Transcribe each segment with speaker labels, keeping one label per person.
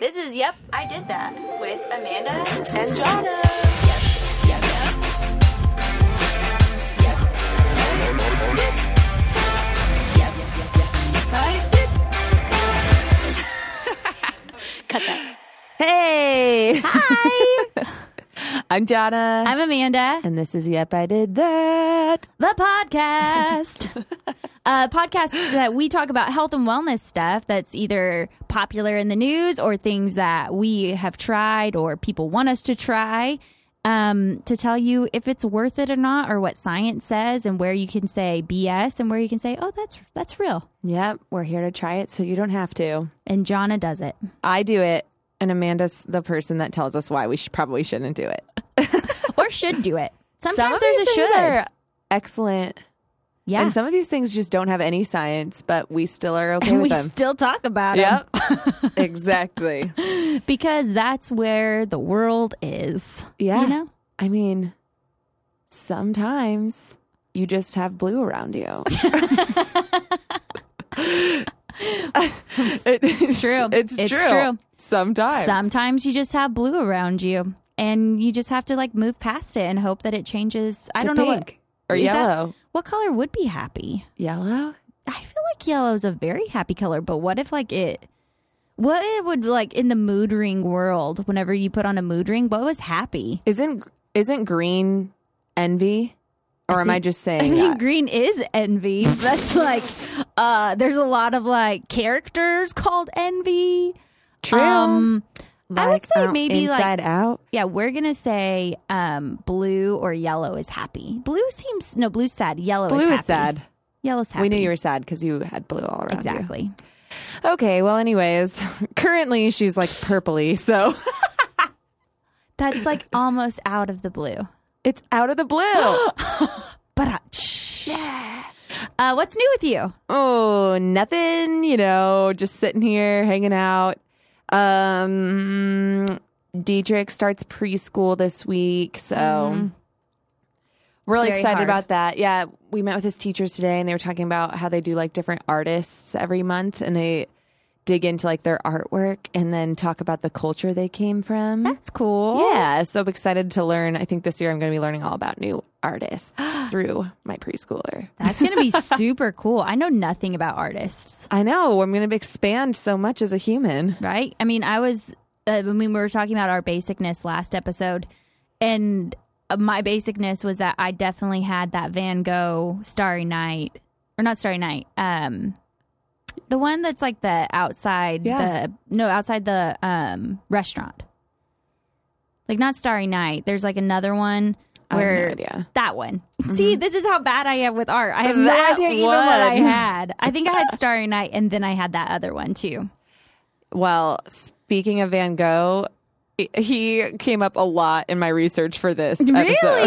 Speaker 1: This is Yep, I Did That with Amanda and Jonna. Yep, yep, yep. Yep, yep, yep, yep. I did. Cut that.
Speaker 2: Hey,
Speaker 1: Hi,
Speaker 2: I'm Jonna,
Speaker 1: I'm Amanda.
Speaker 2: and this is Yep, I Did That.
Speaker 1: the podcast. a podcast that we talk about health and wellness stuff that's either popular in the news or things that we have tried or people want us to try um, to tell you if it's worth it or not or what science says and where you can say BS and where you can say, oh, that's that's real.
Speaker 2: Yep, we're here to try it so you don't have to.
Speaker 1: And Jonna does it.
Speaker 2: I do it, and Amanda's the person that tells us why we should, probably shouldn't do it.
Speaker 1: Or should do it.
Speaker 2: Some
Speaker 1: Sometimes
Speaker 2: of
Speaker 1: there's
Speaker 2: these
Speaker 1: a
Speaker 2: things
Speaker 1: should.
Speaker 2: are excellent,
Speaker 1: yeah.
Speaker 2: and some of these things just don't have any science, but we still are okay
Speaker 1: and
Speaker 2: with
Speaker 1: we
Speaker 2: them.
Speaker 1: still talk about it.
Speaker 2: yep, exactly.
Speaker 1: Because that's where the world is.
Speaker 2: Yeah,
Speaker 1: You know?
Speaker 2: I mean, sometimes you just have blue around you. it's
Speaker 1: true.
Speaker 2: It's,
Speaker 1: It's
Speaker 2: true.
Speaker 1: true.
Speaker 2: Sometimes.
Speaker 1: Sometimes you just have blue around you and you just have to like move past it and hope that it changes. I
Speaker 2: To
Speaker 1: don't know what,
Speaker 2: pink or
Speaker 1: is that-
Speaker 2: yellow.
Speaker 1: what color would be happy.
Speaker 2: Yellow?
Speaker 1: I feel like yellow is a very happy color, but what if like it what it would like in the mood ring world whenever you put on a mood ring, what was happy?
Speaker 2: Isn't isn't green envy? Or am I just saying
Speaker 1: I
Speaker 2: that?
Speaker 1: think green is envy. That's like uh there's a lot of like characters called envy.
Speaker 2: true.
Speaker 1: Um I would
Speaker 2: Like
Speaker 1: say
Speaker 2: out-
Speaker 1: maybe like
Speaker 2: inside out.
Speaker 1: Yeah, we're gonna say um, blue or yellow is happy. Blue seems no, blue's sad. Yellow is
Speaker 2: Blue
Speaker 1: happy.
Speaker 2: is sad.
Speaker 1: Yellow's happy.
Speaker 2: We knew you were sad because you had blue all around you.
Speaker 1: exactly.
Speaker 2: Okay. Well, anyways, currently she's like purpley, so
Speaker 1: That's like almost out of the blue.
Speaker 2: it's out of the blue.
Speaker 1: But uh, uh, what's new with you?
Speaker 2: Oh, nothing, you know, just sitting here hanging out. Um Dietrich starts preschool this week, so really
Speaker 1: Mm-hmm. It's very
Speaker 2: excited
Speaker 1: hard.
Speaker 2: about that. Yeah, we met with his teachers today and they were talking about how they do like different artists every month and they dig into like their artwork and then talk about the culture they came from.
Speaker 1: That's cool.
Speaker 2: Yeah, so I'm excited to learn. I think this year I'm going to be learning all about new artists through my preschooler.
Speaker 1: That's gonna be super cool. I know nothing about artists,
Speaker 2: I know. I'm going to expand so much as a human.
Speaker 1: right? I mean, I was uh, when we were talking about our basicness last episode, and uh, my basicness was that I definitely had that Van Gogh Starry Night or not Starry Night. Um, the one that's like the outside
Speaker 2: Yeah.
Speaker 1: the no outside the um restaurant. Like not Starry Night. There's like another one
Speaker 2: I have no
Speaker 1: where
Speaker 2: idea.
Speaker 1: that one. See, this is how bad I am with art. I have no
Speaker 2: That
Speaker 1: idea even what I
Speaker 2: one.
Speaker 1: had. I think I had Starry Night and then I had that other one too.
Speaker 2: Well, speaking of Van Gogh, he- he came up a lot in my research for this episode.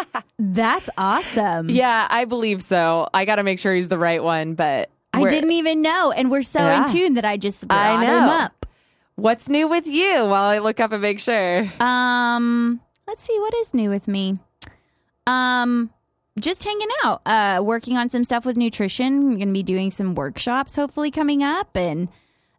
Speaker 1: Really? that's awesome.
Speaker 2: Yeah, I believe so. I got to make sure he's the right one, but
Speaker 1: I
Speaker 2: we're-
Speaker 1: didn't even know, and we're so
Speaker 2: Yeah.
Speaker 1: in tune that I just brought
Speaker 2: I
Speaker 1: him
Speaker 2: know.
Speaker 1: up.
Speaker 2: What's new with you? While I look up and make sure.
Speaker 1: Um, let's see what is new with me. Um, just hanging out, uh, working on some stuff with nutrition. Going to be doing some workshops, hopefully coming up, and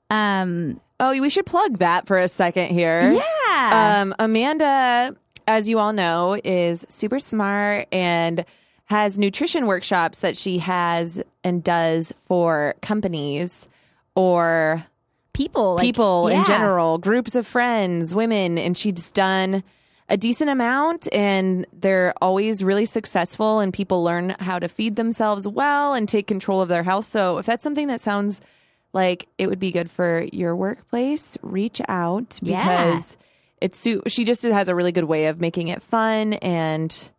Speaker 1: um,
Speaker 2: Oh, we should plug that for a second here.
Speaker 1: yeah,
Speaker 2: Um, Amanda, as you all know, is super smart and has nutrition workshops that she has and does for companies or
Speaker 1: people, like-
Speaker 2: people in
Speaker 1: yeah.
Speaker 2: general, groups of friends, women, and she's done a decent amount and they're always really successful and people learn how to feed themselves well and take control of their health. So if that's something that sounds like it would be good for your workplace, reach out
Speaker 1: Yeah.
Speaker 2: because it's su- she just has a really good way of making it fun and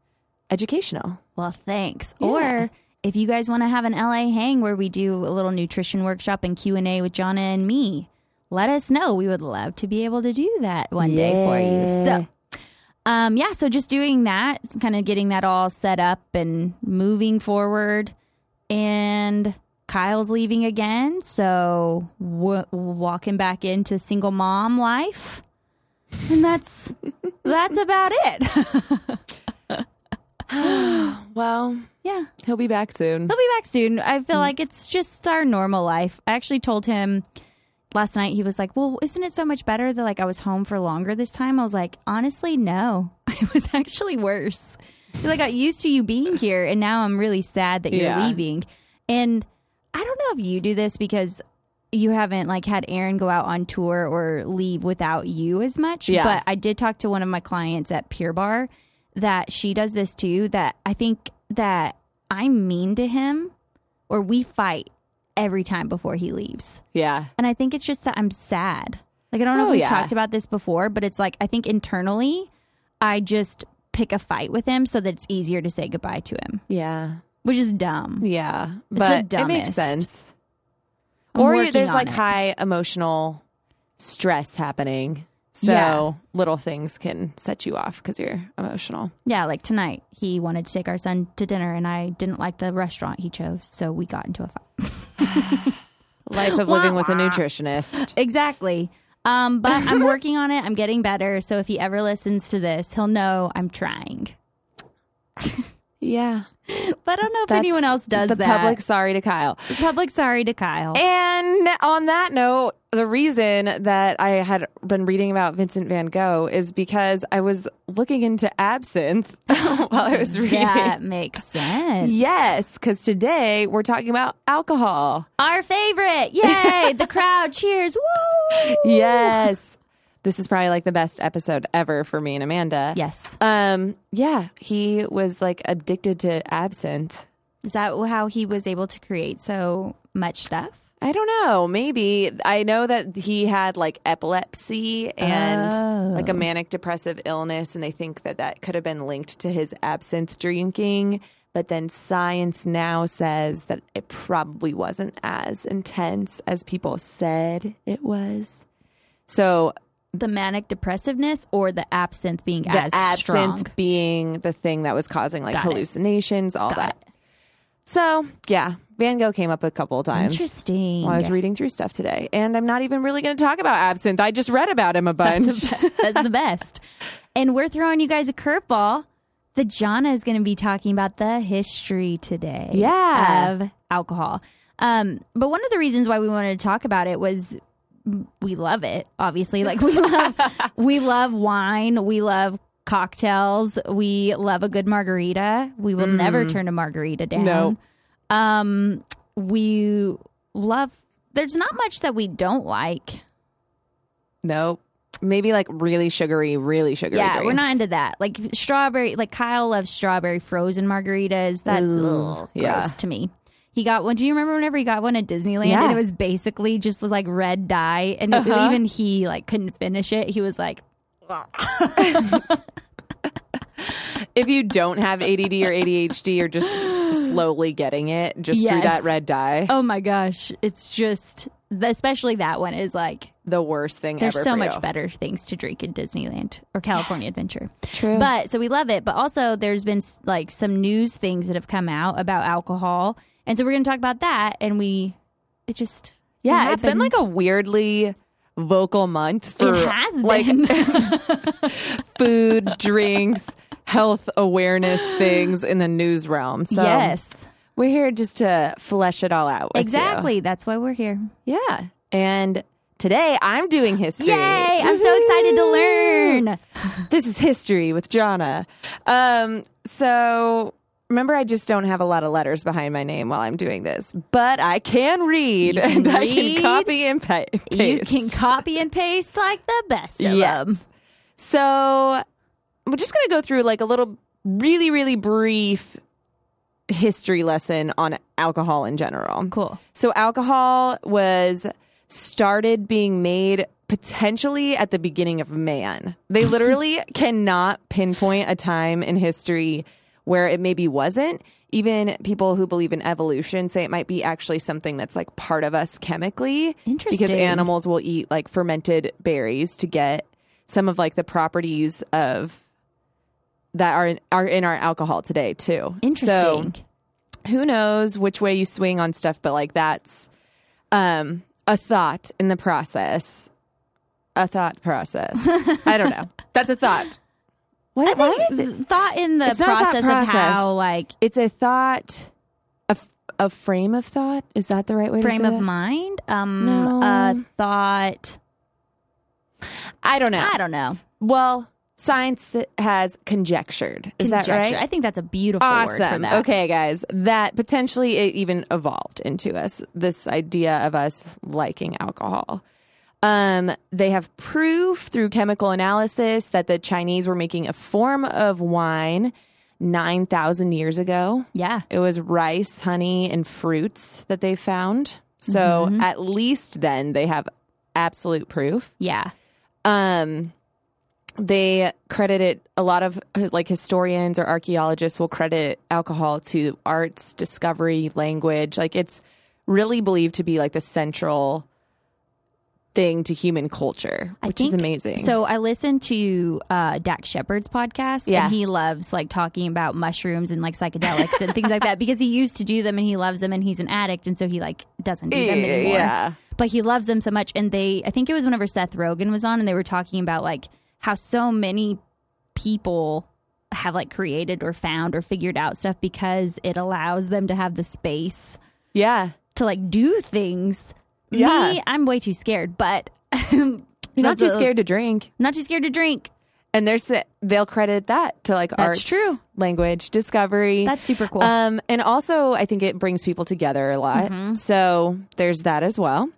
Speaker 2: educational.
Speaker 1: Well, thanks.
Speaker 2: Yeah.
Speaker 1: Or if you guys want to have an LA hang where we do a little nutrition workshop and Q and A with Jonna and me, let us know. We would love to be able to do that one day for you.
Speaker 2: Yeah.
Speaker 1: So. Um, yeah, so just doing that, kind of getting that all set up and moving forward. And Kyle's leaving again, so w- walking back into single mom life, and that's that's about it.
Speaker 2: Well,
Speaker 1: yeah.
Speaker 2: he'll be
Speaker 1: Oh.
Speaker 2: back soon.
Speaker 1: He'll be back soon. I feel like it's just our normal life. I actually told him last night he was like, "Well, isn't it so much better that like I was home for longer this time?" I was like, "Honestly, no. It was actually worse. 'Cause I got used to you being here, and now I'm really sad that you're
Speaker 2: Yeah.
Speaker 1: leaving." And I don't know if you do this because you haven't like had Aaron go out on tour or leave without you as much.
Speaker 2: Yeah.
Speaker 1: But I did talk to one of my clients at Pure Bar that she does this too. That I think that I'm mean to him, or we fight every time before he leaves.
Speaker 2: Yeah.
Speaker 1: And I think it's just that I'm sad. Like I don't know
Speaker 2: Oh,
Speaker 1: if we've
Speaker 2: yeah.
Speaker 1: talked about this before, but it's like I think internally I just pick a fight with him so that it's easier to say goodbye to him,
Speaker 2: Yeah.
Speaker 1: which is dumb.
Speaker 2: Yeah.
Speaker 1: the
Speaker 2: But it makes
Speaker 1: dumbest.
Speaker 2: sense.
Speaker 1: I'm
Speaker 2: or you,
Speaker 1: working
Speaker 2: there's
Speaker 1: on
Speaker 2: like
Speaker 1: it.
Speaker 2: high emotional stress happening. So
Speaker 1: Yeah.
Speaker 2: little things can set you off because you're emotional.
Speaker 1: Yeah, like tonight he wanted to take our son to dinner and I didn't like the restaurant he chose, so we got into a fight.
Speaker 2: Life of living with a nutritionist.
Speaker 1: Exactly. Um, but I'm working on it. I'm getting better. So if he ever listens to this, he'll know I'm trying.
Speaker 2: Yeah.
Speaker 1: But I don't know if
Speaker 2: That's
Speaker 1: anyone else does
Speaker 2: the
Speaker 1: that.
Speaker 2: public sorry to Kyle.
Speaker 1: public sorry to Kyle.
Speaker 2: And on that note, the reason that I had been reading about Vincent van Gogh is because I was looking into absinthe while I was reading.
Speaker 1: that makes sense.
Speaker 2: Yes, because today we're talking about alcohol.
Speaker 1: Our favorite. Yay. the crowd cheers. Woo.
Speaker 2: Yes. This is probably like the best episode ever for me and Amanda.
Speaker 1: Yes.
Speaker 2: Um, yeah, he was like addicted to absinthe.
Speaker 1: Is that how he was able to create so much stuff?
Speaker 2: I don't know. Maybe I know that he had like epilepsy and
Speaker 1: Oh.
Speaker 2: like a manic depressive illness, and they think that that could have been linked to his absinthe drinking. But then science now says that it probably wasn't as intense as people said it was. So
Speaker 1: The manic depressiveness or the absinthe being
Speaker 2: the
Speaker 1: as
Speaker 2: absinthe
Speaker 1: strong?
Speaker 2: being the thing that was causing like
Speaker 1: Got it.
Speaker 2: hallucinations, all
Speaker 1: Got
Speaker 2: that.
Speaker 1: it.
Speaker 2: So yeah, Van Gogh came up a couple of times.
Speaker 1: Interesting.
Speaker 2: While I was reading through stuff today, and I'm not even really going to talk about absinthe. I just read about him a bunch.
Speaker 1: That's the best. And we're throwing you guys a curveball. The Jana is going to be talking about the history today.
Speaker 2: Yeah.
Speaker 1: Of alcohol. Um, but one of the reasons why we wanted to talk about it was we love it, obviously. Like we love we love wine, we love cocktails, we love a good margarita. We will never turn a margarita down.
Speaker 2: Mm. No.
Speaker 1: Um we love there's not much that we don't like.
Speaker 2: no, maybe like really sugary, really sugary.
Speaker 1: Yeah, we're
Speaker 2: drinks.
Speaker 1: not into that. Like strawberry, like Kyle loves strawberry frozen margaritas. That's
Speaker 2: Ooh,
Speaker 1: ugh, gross
Speaker 2: yeah.
Speaker 1: to me. He got one. Do you remember whenever he got one at Disneyland?
Speaker 2: Yeah.
Speaker 1: And it was basically just like red dye, and it-
Speaker 2: Uh-huh.
Speaker 1: even he like couldn't finish it. He was like,
Speaker 2: If you don't have ADD or ADHD, you're just slowly getting it just through
Speaker 1: Yes.
Speaker 2: that red dye.
Speaker 1: "Oh my gosh, it's just." Especially that one is like
Speaker 2: The worst thing
Speaker 1: there's
Speaker 2: ever.
Speaker 1: so
Speaker 2: for
Speaker 1: much
Speaker 2: you.
Speaker 1: better things to drink in Disneyland or California Adventure.
Speaker 2: True.
Speaker 1: But so we love it. But also, there's been s- like some news things that have come out about alcohol, and so we're going to talk about that. And we, it just
Speaker 2: yeah,
Speaker 1: it
Speaker 2: it's been like
Speaker 1: happened.
Speaker 2: a weirdly vocal month for
Speaker 1: it has
Speaker 2: like
Speaker 1: been.
Speaker 2: food, drinks, health awareness things in the news realm. So
Speaker 1: yes,
Speaker 2: we're here just to flesh it all out. with you.
Speaker 1: exactly. That's why we're here.
Speaker 2: Yeah. And today I'm doing history.
Speaker 1: Yay! I'm so excited to learn.
Speaker 2: This is history with Jonna. Um, so remember, I just don't have a lot of letters behind my name while I'm doing this, but I can read
Speaker 1: can
Speaker 2: and I
Speaker 1: read.
Speaker 2: can copy and pa- paste.
Speaker 1: You can copy and paste like the best of them.
Speaker 2: Yes. So we're just going to go through like a little, really, really brief history lesson on alcohol in general.
Speaker 1: Cool.
Speaker 2: So alcohol was started being made potentially at the beginning of man. They literally cannot pinpoint a time in history where it maybe wasn't. Even people who believe in evolution say it might be actually something that's like part of us chemically.
Speaker 1: Interesting.
Speaker 2: Because animals will eat like fermented berries to get some of like the properties of that are in, are in our alcohol today too. So-
Speaker 1: Interesting.
Speaker 2: who knows which way you swing on stuff, but like that's um, a thought in the process. A thought process. I don't know. That's a thought. What?
Speaker 1: I think thought in the
Speaker 2: It's not that
Speaker 1: process, of
Speaker 2: process.
Speaker 1: how like
Speaker 2: It's a thought, a, f- a frame of thought. Is that the right way to
Speaker 1: Frame
Speaker 2: say
Speaker 1: of
Speaker 2: that?
Speaker 1: mind? Um,
Speaker 2: No.
Speaker 1: a thought.
Speaker 2: I don't know.
Speaker 1: I don't know.
Speaker 2: well, science has conjectured. Is that
Speaker 1: Conjecture.
Speaker 2: right?
Speaker 1: I think that's a beautiful word for
Speaker 2: Awesome.
Speaker 1: that.
Speaker 2: Okay, guys. That potentially it even evolved into us this idea of us liking alcohol. Um, they have proof through chemical analysis that the Chinese were making a form of wine 9,000 years ago.
Speaker 1: Yeah.
Speaker 2: It was rice, honey, and fruits that they found. So
Speaker 1: Mm-hmm.
Speaker 2: at least then they have absolute proof
Speaker 1: Yeah.
Speaker 2: um they credit it a lot of uh, like historians or archaeologists will credit alcohol to arts discovery language like it's really believed to be like the central thing to human culture which is
Speaker 1: think-
Speaker 2: amazing
Speaker 1: So I listened to uh, Dak Shepard's podcast,
Speaker 2: Yeah.
Speaker 1: and he loves like talking about mushrooms and like psychedelics and things like that because he used to do them and he loves them and he's an addict and so he like doesn't do them anymore.
Speaker 2: yeah
Speaker 1: But he loves them so much, and they I think it was whenever Seth Rogen was on, and they were talking about like how so many people have like created or found or figured out stuff because it allows them to have the space
Speaker 2: yeah
Speaker 1: to like do things.
Speaker 2: Yeah.
Speaker 1: Me, I'm way too scared, but
Speaker 2: you're not too scared to drink
Speaker 1: Not too scared to drink.
Speaker 2: and there's they'll credit that to like arts
Speaker 1: true.
Speaker 2: language discovery
Speaker 1: That's super cool.
Speaker 2: Um, and also, I think it brings people together a lot.
Speaker 1: Mm-hmm.
Speaker 2: So there's that as well.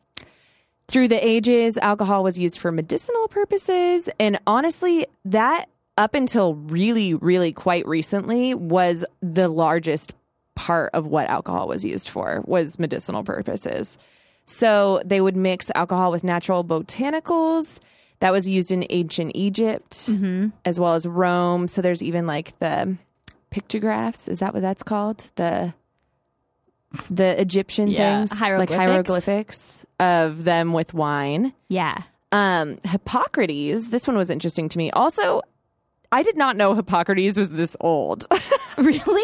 Speaker 2: Through the ages, alcohol was used for medicinal purposes. And honestly, that up until really, really quite recently was the largest part of what alcohol was used for was medicinal purposes. So they would mix alcohol with natural botanicals that was used in ancient Egypt
Speaker 1: Mm-hmm.
Speaker 2: as well as Rome. So there's even like the pictographs. Is that what that's called? The the Egyptian
Speaker 1: Yeah.
Speaker 2: things,
Speaker 1: Hieroglyphics.
Speaker 2: like hieroglyphics of them with wine.
Speaker 1: yeah.
Speaker 2: Um, Hippocrates. This one was interesting to me. Also, I did not know Hippocrates was this old.
Speaker 1: Really?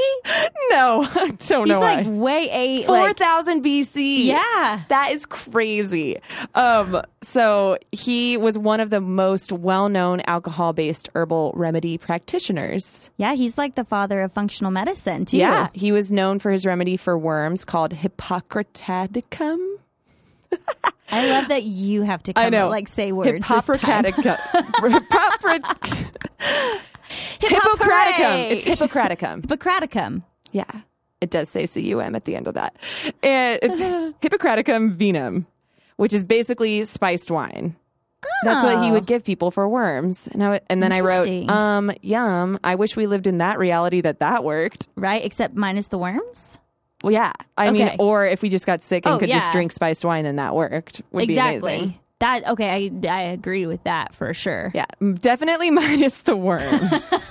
Speaker 2: no, I don't
Speaker 1: He's
Speaker 2: know
Speaker 1: like
Speaker 2: why.
Speaker 1: way a
Speaker 2: Four
Speaker 1: like,
Speaker 2: thousand BC.
Speaker 1: yeah.
Speaker 2: That is crazy. Um, so he was one of the most well-known alcohol-based herbal remedy practitioners.
Speaker 1: Yeah, he's like the father of functional medicine too.
Speaker 2: Yeah, he was known for his remedy for worms called Hippocratadicum.
Speaker 1: I love that you have to come
Speaker 2: I know.
Speaker 1: like say words. this time.
Speaker 2: Hippocraticum. Hippocrat- Hippocraticum. It's Hippocraticum.
Speaker 1: Hippocraticum.
Speaker 2: Yeah, it does say cum at the end of that. It, it's Hippocraticum venum, which is basically spiced wine. That's what he
Speaker 1: Oh.
Speaker 2: would give people for worms. And, I w- and then I wrote,
Speaker 1: Interesting.
Speaker 2: um, yum. I wish we lived in that reality that that worked.
Speaker 1: Right, except minus the worms.
Speaker 2: Well, yeah. I mean,
Speaker 1: Okay.
Speaker 2: or if we just got sick and
Speaker 1: Oh,
Speaker 2: could just
Speaker 1: yeah.
Speaker 2: drink spiced wine, then that worked. Would be amazing.
Speaker 1: exactly. That okay, I I agree with that for sure.
Speaker 2: Yeah, m- definitely minus the worms.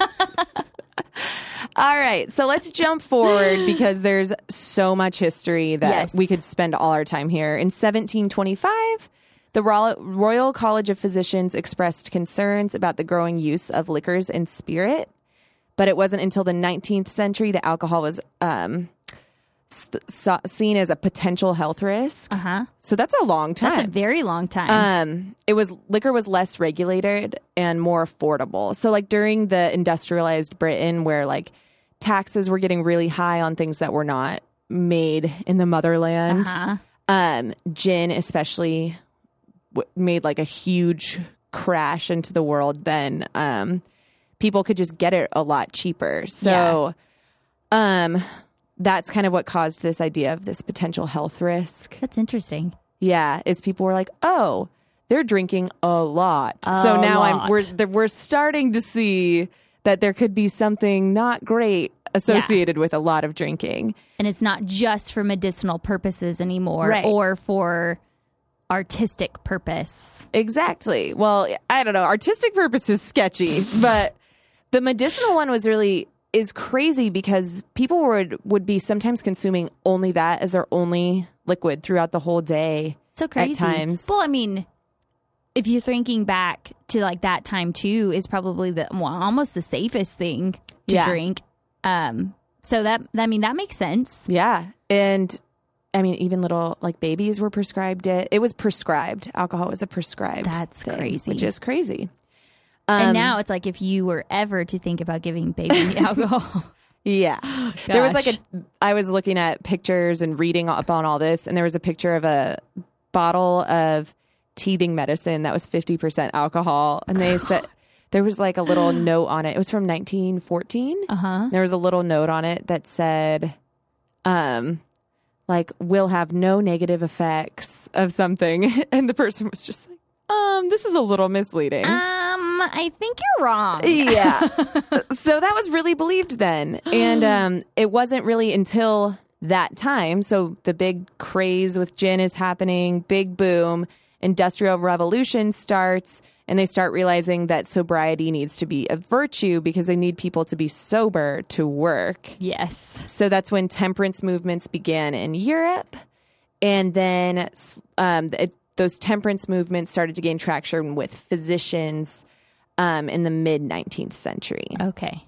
Speaker 2: all right, so let's jump forward because there's so much history that
Speaker 1: Yes.
Speaker 2: we could spend all our time here. In 1725, the Ro- Royal College of Physicians expressed concerns about the growing use of liquors and spirit, but it wasn't until the 19th century that alcohol was um, s- saw, seen as a potential health risk.
Speaker 1: Uh huh.
Speaker 2: So that's a long time.
Speaker 1: That's a very long time.
Speaker 2: Um, it was liquor was less regulated and more affordable. So like during the industrialized Britain, where like taxes were getting really high on things that were not made in the motherland,
Speaker 1: uh-huh.
Speaker 2: um, gin especially w- made like a huge crash into the world. Then um, people could just get it a lot cheaper. So, um. That's kind of what caused this idea of this potential health risk.
Speaker 1: That's interesting.
Speaker 2: Yeah, is people were like, "Oh, they're drinking a lot." so
Speaker 1: A
Speaker 2: now I'm
Speaker 1: lot.
Speaker 2: we're th- we're starting to see that there could be something not great associated with a lot of drinking.
Speaker 1: And it's not just for medicinal purposes anymore
Speaker 2: Right.
Speaker 1: or for artistic purpose.
Speaker 2: Exactly. Well, I don't know. Artistic purpose is sketchy, but the medicinal one was really is crazy because people would would be sometimes consuming only that as their only liquid throughout the whole day.
Speaker 1: So crazy.
Speaker 2: times.
Speaker 1: Well, I mean, if you're thinking back to like that time too, is probably the well, almost the safest thing to
Speaker 2: Yeah.
Speaker 1: drink. Um, so that I mean that makes sense.
Speaker 2: Yeah. And I mean, even little like babies were prescribed it. It was prescribed. Alcohol was a prescribed.
Speaker 1: That's
Speaker 2: thing,
Speaker 1: crazy.
Speaker 2: Which is crazy.
Speaker 1: Um, and now it's like if you were ever to think about giving baby alcohol,
Speaker 2: Yeah. There was like
Speaker 1: Gosh.
Speaker 2: a I was looking at pictures and reading up on all this and there was a picture of a bottle of teething medicine that was 50% alcohol and they said there was like a little note on it. It was from 1914.
Speaker 1: Uh huh.
Speaker 2: There was a little note on it that said um like will have no negative effects of something and the person was just like um this is a little misleading.
Speaker 1: Um, I think you're wrong.
Speaker 2: Yeah. so that was really believed then. And um, it wasn't really until that time. So the big craze with gin is happening, big boom, industrial revolution starts, and they start realizing that sobriety needs to be a virtue because they need people to be sober to work.
Speaker 1: Yes.
Speaker 2: So that's when temperance movements began in Europe. And then um, it, those temperance movements started to gain traction with physicians um, in the mid 19th century.
Speaker 1: Okay.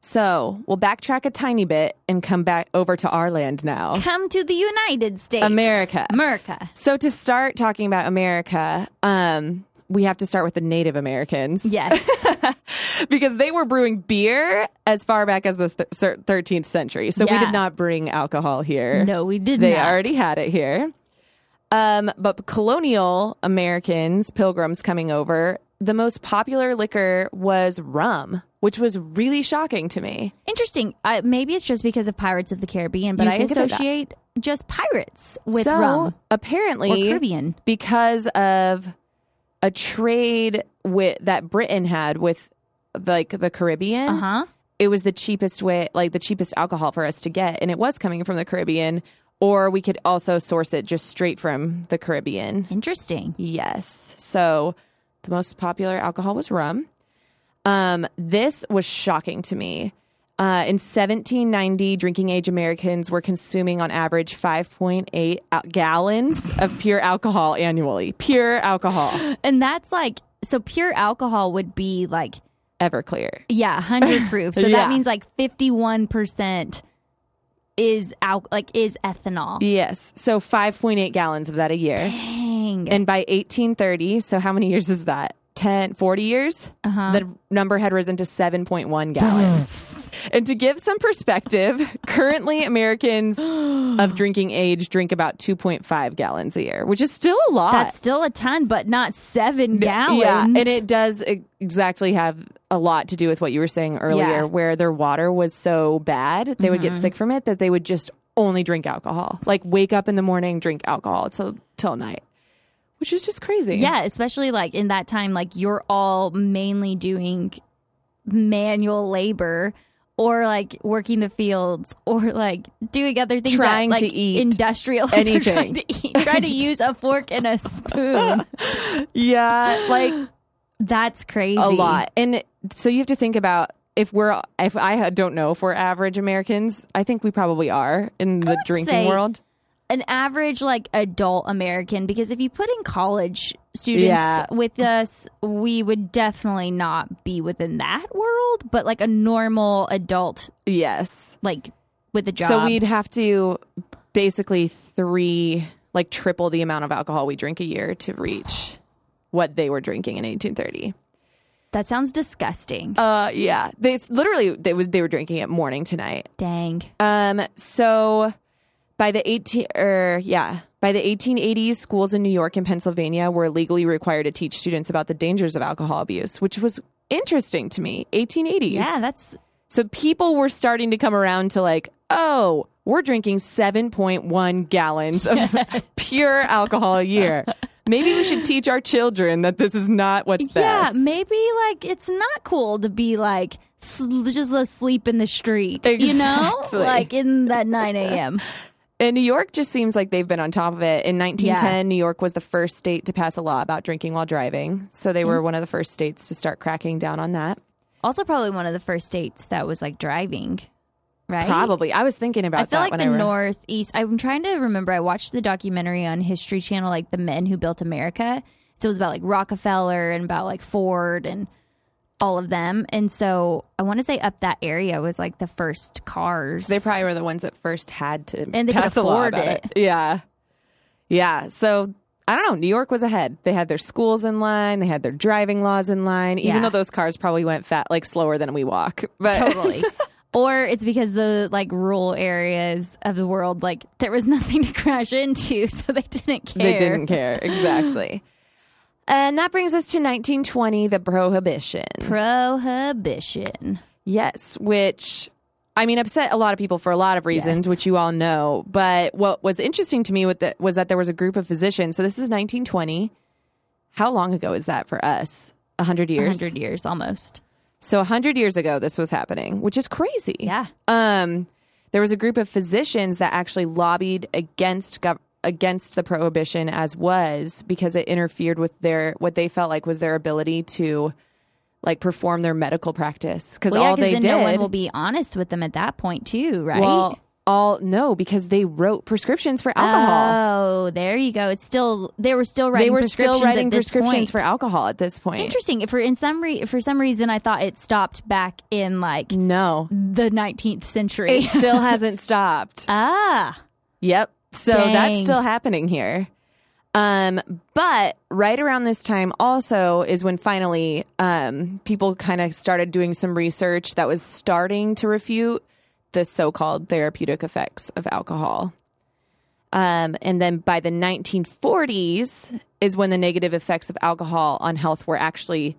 Speaker 2: So we'll backtrack a tiny bit and come back over to our land now.
Speaker 1: Come to the United States,
Speaker 2: America.
Speaker 1: America.
Speaker 2: So to start talking about America, um, we have to start with the Native Americans.
Speaker 1: Yes.
Speaker 2: because they were brewing beer as far back as the th- cer- 13th century. So we
Speaker 1: Yeah.
Speaker 2: did not bring alcohol here.
Speaker 1: No, we did
Speaker 2: They
Speaker 1: not.
Speaker 2: already had it here. Um, but colonial Americans, pilgrims coming over, the most popular liquor was rum, which was really shocking to me.
Speaker 1: Interesting. I, maybe it's just because of Pirates of the Caribbean, but
Speaker 2: You
Speaker 1: I
Speaker 2: think about that.
Speaker 1: associate just pirates with
Speaker 2: so eh?
Speaker 1: rum
Speaker 2: apparently,
Speaker 1: or Caribbean.
Speaker 2: because of a trade with that Britain had with like the Caribbean.
Speaker 1: Uh huh.
Speaker 2: it was the cheapest way, like the cheapest alcohol for us to get, and it was coming from the Caribbean, or we could also source it just straight from the Caribbean.
Speaker 1: Interesting.
Speaker 2: Yes. So the most popular alcohol was rum. Um, this was shocking to me. Uh, in 1790, drinking age Americans were consuming on average 5.8 al- gallons of pure alcohol annually. Pure alcohol,
Speaker 1: And that's like so. Pure alcohol would be like
Speaker 2: Everclear.
Speaker 1: yeah, hundred proof. So
Speaker 2: Yeah.
Speaker 1: that means like fifty one percent is al- like is ethanol.
Speaker 2: Yes. So 5.8 gallons of that a year.
Speaker 1: Dang.
Speaker 2: And by 1830, so how many years is that? 10, 40 years?
Speaker 1: Uh-huh.
Speaker 2: The number had risen to 7.1 gallons. and to give some perspective, currently Americans of drinking age drink about 2.5 gallons a year, which is still a lot.
Speaker 1: that's still a ton, but not seven gallons.
Speaker 2: Yeah, and it does e- exactly have a lot to do with what you were saying earlier,
Speaker 1: Yeah. Mm-hmm.
Speaker 2: where their water was so bad they would get sick from it that they would just only drink alcohol. Like wake up in the morning, drink alcohol till till night, which is just crazy.
Speaker 1: Yeah, especially like in that time, like you're all mainly doing manual labor or like working the fields or like doing other things
Speaker 2: Trying
Speaker 1: that,
Speaker 2: to
Speaker 1: like,
Speaker 2: eat
Speaker 1: industrial
Speaker 2: anything.
Speaker 1: trying to eat trying to use a fork and a spoon
Speaker 2: Yeah, like
Speaker 1: that's crazy
Speaker 2: a lot. And so you have to think about if we're if I don't know if we're average Americans, I think we probably are in the drinking
Speaker 1: say-
Speaker 2: world.
Speaker 1: an average like adult American because if you put in college students
Speaker 2: Yeah.
Speaker 1: with us, we would definitely not be within that world. But like a normal adult,
Speaker 2: Yes.
Speaker 1: like with a job,
Speaker 2: So we'd have to basically three like triple the amount of alcohol we drink a year to reach what they were drinking in 1830.
Speaker 1: that sounds disgusting.
Speaker 2: Uh yeah, they it's literally they was they were drinking it morning to night.
Speaker 1: Dang.
Speaker 2: Um, so by the eighteen or yeah, by the eighteen eighties, schools in New York and Pennsylvania were legally required to teach students about the dangers of alcohol abuse, which was interesting to me. Eighteen eighties.
Speaker 1: Yeah, that's
Speaker 2: So people were starting to come around to like, oh, we're drinking seven point one gallons of pure alcohol a year. Maybe we should teach our children that this is not what's
Speaker 1: yeah.
Speaker 2: best.
Speaker 1: Maybe like it's not cool to be like sl- just asleep in the street, you know,
Speaker 2: Exactly.
Speaker 1: like in that nine a.m.
Speaker 2: And New York just seems like they've been on top of it. In 1910, New York was the first state to pass a law about drinking while driving. So they were one of the first states to start cracking down on that.
Speaker 1: also, probably one of the first states that was like driving, right?
Speaker 2: Probably. I was thinking about
Speaker 1: I feel
Speaker 2: that
Speaker 1: like
Speaker 2: when
Speaker 1: the
Speaker 2: I were-
Speaker 1: Northeast. I'm trying to remember. I watched the documentary on History Channel, like the men who built America. So it was about like Rockefeller and about like Ford and all of them. And so I want to say up that area was like the first cars.
Speaker 2: They probably were the ones that first had to
Speaker 1: And they could
Speaker 2: pass a law
Speaker 1: afford
Speaker 2: about it. Yeah. Yeah. So I don't know. New York was ahead. They had their schools in line. They had their driving laws in line, even
Speaker 1: Yeah.
Speaker 2: though those cars probably went fat, like slower than we walk. But
Speaker 1: totally. or it's because the like rural areas of the world like there was nothing to crash into, so they didn't care.
Speaker 2: They didn't care. Exactly. And that brings us to 1920, the Prohibition.
Speaker 1: Prohibition.
Speaker 2: Yes, which I mean upset a lot of people for a lot of reasons,
Speaker 1: Yes.
Speaker 2: which you all know. But what was interesting to me with the, was that there was a group of physicians. So this is 1920. How long ago is that for us? 100 years.
Speaker 1: Hundred years almost.
Speaker 2: So 100 years ago this was happening, which is crazy.
Speaker 1: Yeah.
Speaker 2: Um there was a group of physicians that actually lobbied against gov- against the prohibition as was because it interfered with their what they felt like was their ability to like perform their medical practice cuz
Speaker 1: Well, yeah,
Speaker 2: all
Speaker 1: 'cause
Speaker 2: they
Speaker 1: then
Speaker 2: did
Speaker 1: no one will be honest with them at that point too, right?
Speaker 2: well, all no, because they wrote prescriptions for alcohol.
Speaker 1: Oh, there you go. It's still they were still writing.
Speaker 2: they were
Speaker 1: prescriptions
Speaker 2: still writing
Speaker 1: at this
Speaker 2: prescriptions
Speaker 1: point.
Speaker 2: for alcohol at this point.
Speaker 1: Interesting. If for in some re- for some reason I thought it stopped back in like
Speaker 2: No,
Speaker 1: the 19th century.
Speaker 2: still hasn't stopped.
Speaker 1: ah,
Speaker 2: Yep. So that's
Speaker 1: Dang.
Speaker 2: still happening here. Um, but right around this time also is when finally um, people kind of started doing some research that was starting to refute the so-called therapeutic effects of alcohol. Um, and then by the 1940s is when the negative effects of alcohol on health were actually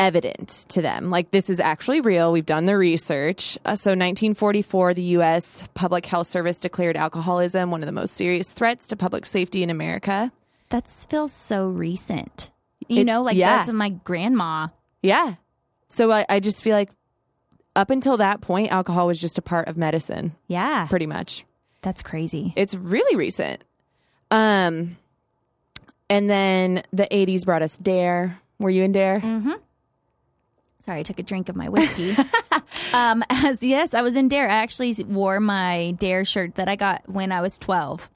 Speaker 2: evident to them. Like, this is actually real. We've done the research. Uh, so, 1944, the U.S. Public Health Service declared alcoholism one of the most serious threats to public safety in America.
Speaker 1: that feels so recent. You
Speaker 2: It-
Speaker 1: know, like
Speaker 2: yeah.
Speaker 1: that's my grandma.
Speaker 2: Yeah. So, I, I just feel like up until that point, alcohol was just a part of medicine,
Speaker 1: Yeah,
Speaker 2: pretty much.
Speaker 1: that's crazy.
Speaker 2: It's really recent. Um, and then the 80s brought us Dare. E. Were you in Dare?
Speaker 1: Sorry, I took a drink of my whiskey. um, as yes, I was in Dare. I actually wore my Dare shirt that I got when I was 12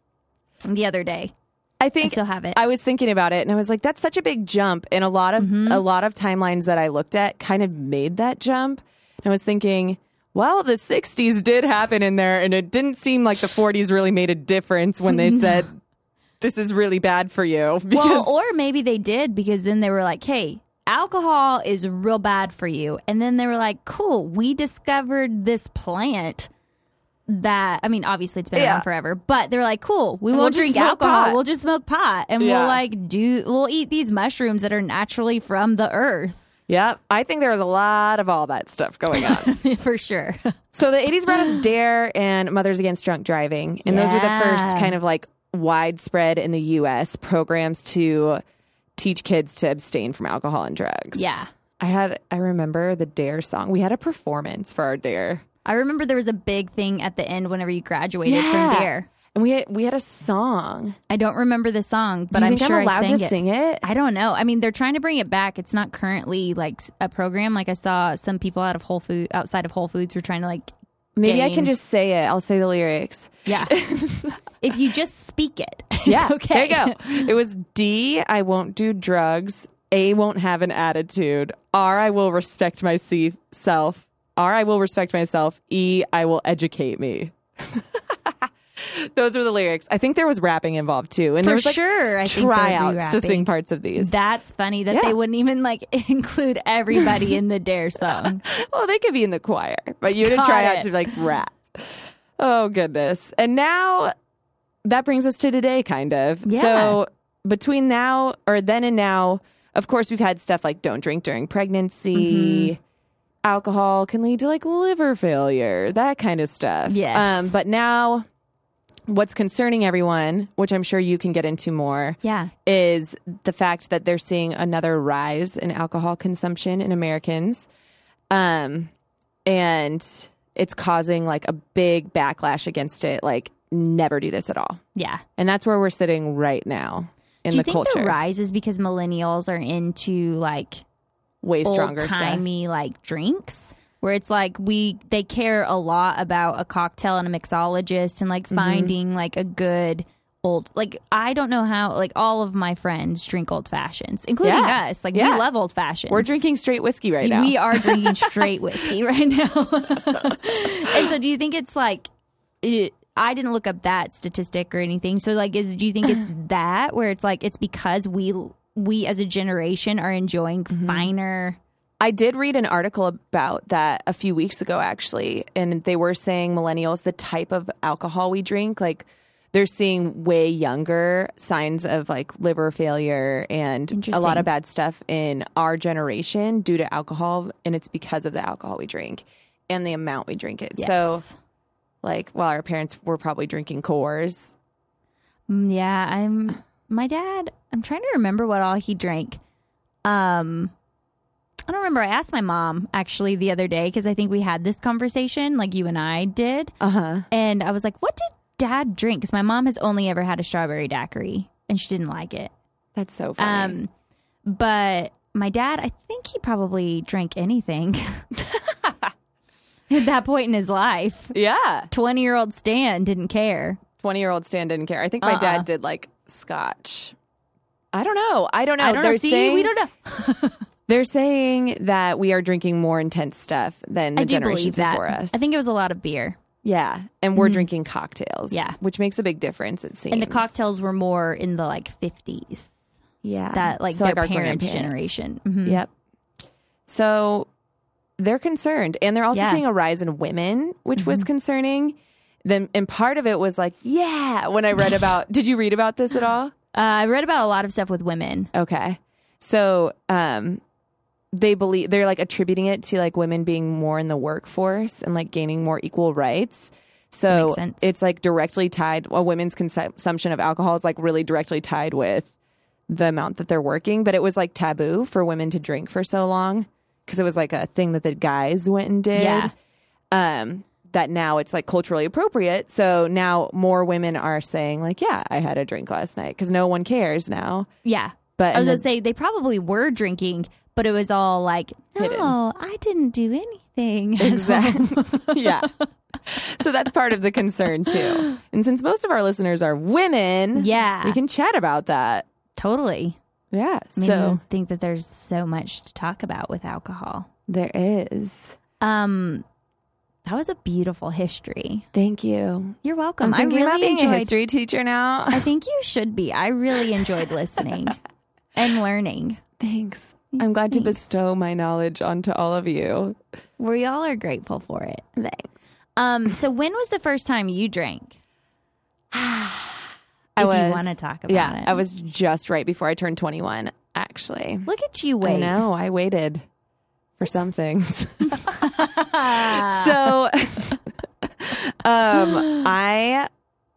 Speaker 1: the other day.
Speaker 2: I think
Speaker 1: I still have it.
Speaker 2: I was thinking about it and I was like, that's such a big jump. And a lot of
Speaker 1: Mm-hmm.
Speaker 2: a lot of timelines that I looked at kind of made that jump. And I was thinking, well, the sixties did happen in there and it didn't seem like the forties really made a difference when they said this is really bad for you. Because
Speaker 1: Well, or maybe they did because then they were like, hey, alcohol is real bad for you. And then they were like, cool, we discovered this plant that, I mean, obviously it's been
Speaker 2: Yeah.
Speaker 1: around forever, but they're like, cool, we
Speaker 2: We'll
Speaker 1: won't
Speaker 2: just
Speaker 1: drink
Speaker 2: smoke
Speaker 1: alcohol.
Speaker 2: pot.
Speaker 1: We'll just smoke pot and
Speaker 2: Yeah.
Speaker 1: we'll like do, we'll eat these mushrooms that are naturally from the earth
Speaker 2: yeah, I think there was a lot of all that stuff going on.
Speaker 1: for sure.
Speaker 2: so the eighties brought us Dare and Mothers Against Drunk Driving. And those were the first
Speaker 1: Yeah.
Speaker 2: kind of like widespread in the US programs to teach kids to abstain from alcohol and drugs.
Speaker 1: Yeah.
Speaker 2: I had I remember the Dare song. We had a performance for our Dare.
Speaker 1: I remember there was a big thing at the end whenever you graduated
Speaker 2: Yeah.
Speaker 1: from Dare.
Speaker 2: And we had, we had a song.
Speaker 1: I don't remember the song, but
Speaker 2: Do you
Speaker 1: I'm
Speaker 2: think
Speaker 1: sure
Speaker 2: I'm allowed
Speaker 1: I sang
Speaker 2: to
Speaker 1: it.
Speaker 2: sing it?
Speaker 1: I don't know. I mean, they're trying to bring it back. It's not currently like s- a program. Like I saw some people out of Whole Food outside of Whole Foods were trying to like
Speaker 2: Maybe I
Speaker 1: Dang.
Speaker 2: can just say it. I'll say the lyrics.
Speaker 1: yeah. if you just speak it, it's
Speaker 2: Yeah.
Speaker 1: okay.
Speaker 2: There you go. It was D, I won't do drugs. A won't have an attitude. R I will respect myself. R I will respect myself. E I will educate me. Those were the lyrics. I think there was rapping involved too. And there
Speaker 1: For
Speaker 2: was like
Speaker 1: sure, I think there would be
Speaker 2: tryouts to
Speaker 1: rapping.
Speaker 2: sing parts of these.
Speaker 1: That's funny that
Speaker 2: Yeah.
Speaker 1: they wouldn't even like include everybody in the Dare song.
Speaker 2: Well, Oh, they could be in the choir, but you had to
Speaker 1: Got
Speaker 2: try out
Speaker 1: it.
Speaker 2: to like rap. Oh goodness! And now that brings us to today, kind of.
Speaker 1: Yeah.
Speaker 2: So between now or then and now, of course, we've had stuff like don't drink during pregnancy.
Speaker 1: Mm-hmm.
Speaker 2: Alcohol can lead to like liver failure, that kind of stuff.
Speaker 1: Yes.
Speaker 2: Um, but now, what's concerning everyone, which I'm sure you can get into more,
Speaker 1: Yeah.
Speaker 2: is the fact that they're seeing another rise in alcohol consumption in Americans. Um, and it's causing like a big backlash against it. Like, never do this at all.
Speaker 1: Yeah.
Speaker 2: And that's where we're sitting right now in
Speaker 1: Do you
Speaker 2: the
Speaker 1: think
Speaker 2: culture.
Speaker 1: the rise is because millennials are into like
Speaker 2: Way
Speaker 1: old
Speaker 2: stronger stuff.
Speaker 1: timey like drinks where it's like we they care a lot about a cocktail and a mixologist and like
Speaker 2: Mm-hmm.
Speaker 1: finding like a good old like I don't know how like all of my friends drink old fashions, including
Speaker 2: Yeah.
Speaker 1: us. Like
Speaker 2: Yeah.
Speaker 1: we love old fashions.
Speaker 2: We're drinking straight whiskey right now.
Speaker 1: We are drinking straight whiskey right now. and so, do you think it's like? It, I didn't look up that statistic or anything. So, like, is do you think it's
Speaker 2: Mm-hmm.
Speaker 1: that where it's like it's because we we as a generation are enjoying finer
Speaker 2: I did read an article about that a few weeks ago, actually, and they were saying millennials, the type of alcohol we drink, like they're seeing way younger signs of like liver failure and a lot
Speaker 1: Interesting.
Speaker 2: of bad stuff in our generation due to alcohol, and it's because of the alcohol we drink and the amount we drink it. So,
Speaker 1: Yes.
Speaker 2: like, while our parents were probably drinking Coors,
Speaker 1: Mm, yeah, I'm my dad. I'm trying to remember what all he drank. Um I don't remember. I asked my mom actually the other day because I think we had this conversation like you and I did.
Speaker 2: uh huh,
Speaker 1: And I was like, "What did dad drink?" Cuz my mom has only ever had a strawberry daiquiri and she didn't like it.
Speaker 2: that's so funny.
Speaker 1: Um but my dad, I think he probably drank anything. At that point in his life,
Speaker 2: yeah,
Speaker 1: 20-year-old Stan didn't care.
Speaker 2: 20 year old Stan didn't care. I think my
Speaker 1: Uh-uh.
Speaker 2: dad did like scotch. I don't know. I don't know.
Speaker 1: I don't know.
Speaker 2: Oh, They're
Speaker 1: See,
Speaker 2: saying,
Speaker 1: we don't know.
Speaker 2: They're saying that we are drinking more intense stuff than the
Speaker 1: I do believe
Speaker 2: generations
Speaker 1: that.
Speaker 2: before us.
Speaker 1: I think it was a lot of beer,
Speaker 2: yeah, and we're drinking cocktails.
Speaker 1: Yeah.
Speaker 2: which makes a big difference. It seems.
Speaker 1: and the cocktails were more in the like fifties.
Speaker 2: Yeah,
Speaker 1: That like
Speaker 2: So,
Speaker 1: their
Speaker 2: our
Speaker 1: parents'
Speaker 2: grandparents.
Speaker 1: generation. Mhm.
Speaker 2: Yep. So they're concerned, and they're also
Speaker 1: Yeah. Mm-hmm.
Speaker 2: seeing a rise in women, which was concerning. Then, and part of it was like, yeah. When I read about, did you read about this at all?
Speaker 1: Uh, I read about a lot of stuff with women.
Speaker 2: Okay. So, um, they believe they're like attributing it to like women being more in the workforce and like gaining more equal rights.
Speaker 1: makes
Speaker 2: So
Speaker 1: sense.
Speaker 2: it's like directly tied. A women's consumption of alcohol is like really directly tied with the amount that they're working. But it was like taboo for women to drink for so long because it was like a thing that the guys went and did.
Speaker 1: Yeah.
Speaker 2: Um, that now it's like culturally appropriate. So now more women are saying like, yeah, I had a drink last night because no one cares now.
Speaker 1: Yeah,
Speaker 2: But
Speaker 1: I was
Speaker 2: and
Speaker 1: gonna
Speaker 2: then-
Speaker 1: say they probably were drinking, but it was all like, no,
Speaker 2: Hidden.
Speaker 1: I didn't do anything.
Speaker 2: Exactly. yeah. So that's part of the concern too. And since most of our listeners are women,
Speaker 1: Yeah.
Speaker 2: we can chat about that.
Speaker 1: totally.
Speaker 2: Yeah.
Speaker 1: I mean,
Speaker 2: so
Speaker 1: I think that there's so much to talk about with alcohol.
Speaker 2: there is.
Speaker 1: Um, that was a beautiful history.
Speaker 2: Thank you.
Speaker 1: You're welcome.
Speaker 2: I'm
Speaker 1: I
Speaker 2: thinking
Speaker 1: really
Speaker 2: about being a
Speaker 1: enjoyed
Speaker 2: history teacher now.
Speaker 1: I think you should be. I really enjoyed listening and learning.
Speaker 2: Thanks. I'm glad to
Speaker 1: Thanks.
Speaker 2: bestow my knowledge onto all of you.
Speaker 1: We all are grateful for it.
Speaker 2: Thanks.
Speaker 1: Um, so when was the first time you drank?
Speaker 2: I
Speaker 1: if
Speaker 2: was
Speaker 1: you want to talk about
Speaker 2: Yeah,
Speaker 1: it.
Speaker 2: I was just right before I turned 21 actually.
Speaker 1: Look at you
Speaker 2: I
Speaker 1: wait.
Speaker 2: know. I waited for some things. so, um, I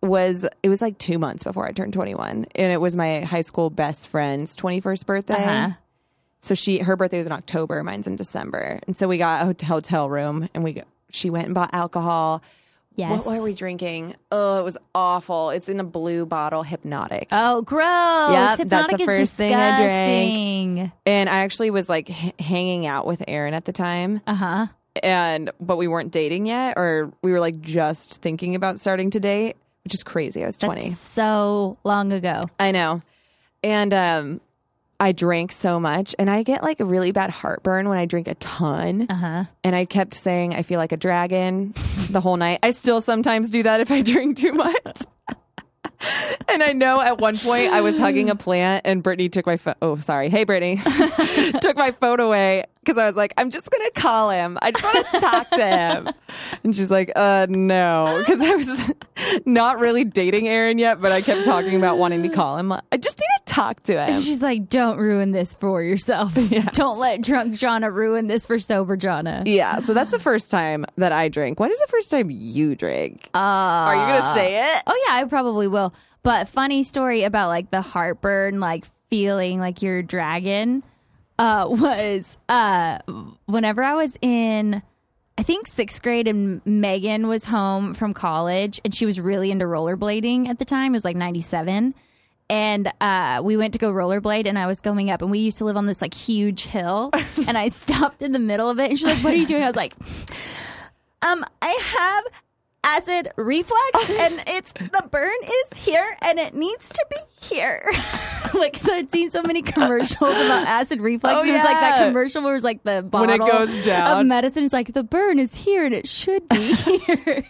Speaker 2: was. It was like two months before I turned twenty-one, and it was my high school best friend's twenty-first birthday.
Speaker 1: Uh-huh.
Speaker 2: So she, her birthday was in October. Mine's in December, and so we got a hot- hotel room, and we go- she went and bought alcohol.
Speaker 1: Yes.
Speaker 2: What were we drinking? Oh, it was awful. It's in a blue bottle, hypnotic.
Speaker 1: Oh, gross.
Speaker 2: Yep, that's the
Speaker 1: Hypnotic is
Speaker 2: first thing I drank.
Speaker 1: disgusting.
Speaker 2: And I actually was like h- hanging out with Aaron at the time.
Speaker 1: Uh huh.
Speaker 2: and but we weren't dating yet or we were like just thinking about starting to date which is crazy i was 20
Speaker 1: So long ago.
Speaker 2: i know and um i drank so much and i get like a really bad heartburn when i drink a ton
Speaker 1: Uh huh.
Speaker 2: and i kept saying i feel like a dragon the whole night i still sometimes do that if i drink too much and i know at one point i was hugging a plant and brittany took my phone oh sorry hey brittany took my phone away because i was like i'm just gonna call him i just want to talk to him and she's like uh no because i was not really dating aaron yet but i kept talking about wanting to call him i just need to talk to him
Speaker 1: She's like, don't ruin this for yourself. Don't let drunk Jonna ruin this for sober Jonna.
Speaker 2: Yeah, so that's the first time that I drink. When is the first time you drink? Uh, Are you gonna say it?
Speaker 1: Oh yeah, I probably will. But funny story about like the heartburn, like feeling like you're a dragon, uh, was uh, whenever I was in, I think sixth grade, and Megan was home from college, and she was really into rollerblading at the time. It was like '97. And uh, we went to go rollerblade, and I was going up, and we used to live on this like huge hill. and I stopped in the middle of it, and she's like, "What are you doing?" I was like, um, I have acid reflux, and it's the burn is here, and it needs to be here. like, so I'd seen so many commercials about acid reflux.
Speaker 2: Oh,
Speaker 1: and it was like that
Speaker 2: yeah.
Speaker 1: commercial where it was like the bottle
Speaker 2: When it goes down.
Speaker 1: of medicine. It's like the burn is here, and it should be here.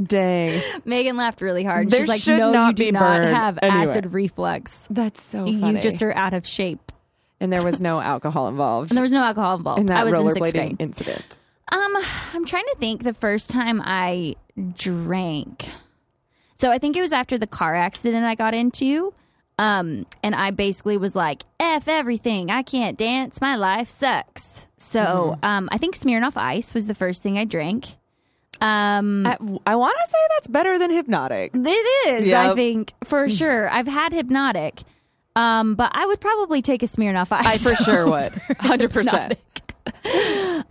Speaker 2: Dang,
Speaker 1: Megan laughed really hard. and
Speaker 2: There
Speaker 1: She's like,
Speaker 2: should
Speaker 1: "No,
Speaker 2: not
Speaker 1: you do
Speaker 2: be
Speaker 1: not
Speaker 2: burn
Speaker 1: have
Speaker 2: anywhere."
Speaker 1: acid reflux.
Speaker 2: that's so
Speaker 1: You just are out of shape."
Speaker 2: and there was no alcohol involved
Speaker 1: And there was no alcohol involved.
Speaker 2: in that
Speaker 1: I was in sixth
Speaker 2: rollerblading
Speaker 1: grade.
Speaker 2: incident.
Speaker 1: Um, I'm trying to think the first time I drank. So I think it was after the car accident I got into. Um, and I basically was like, F everything. I can't dance. My life sucks. So
Speaker 2: Mm-hmm.
Speaker 1: um, I think Smirnoff Ice was the first thing I drank. Um,
Speaker 2: I, I want to say that's better than hypnotic.
Speaker 1: it is, I
Speaker 2: Yep.
Speaker 1: think, for sure. I've had hypnotic. Um, but I would probably take a Smirnoff Ice.
Speaker 2: I for sure would. 100%.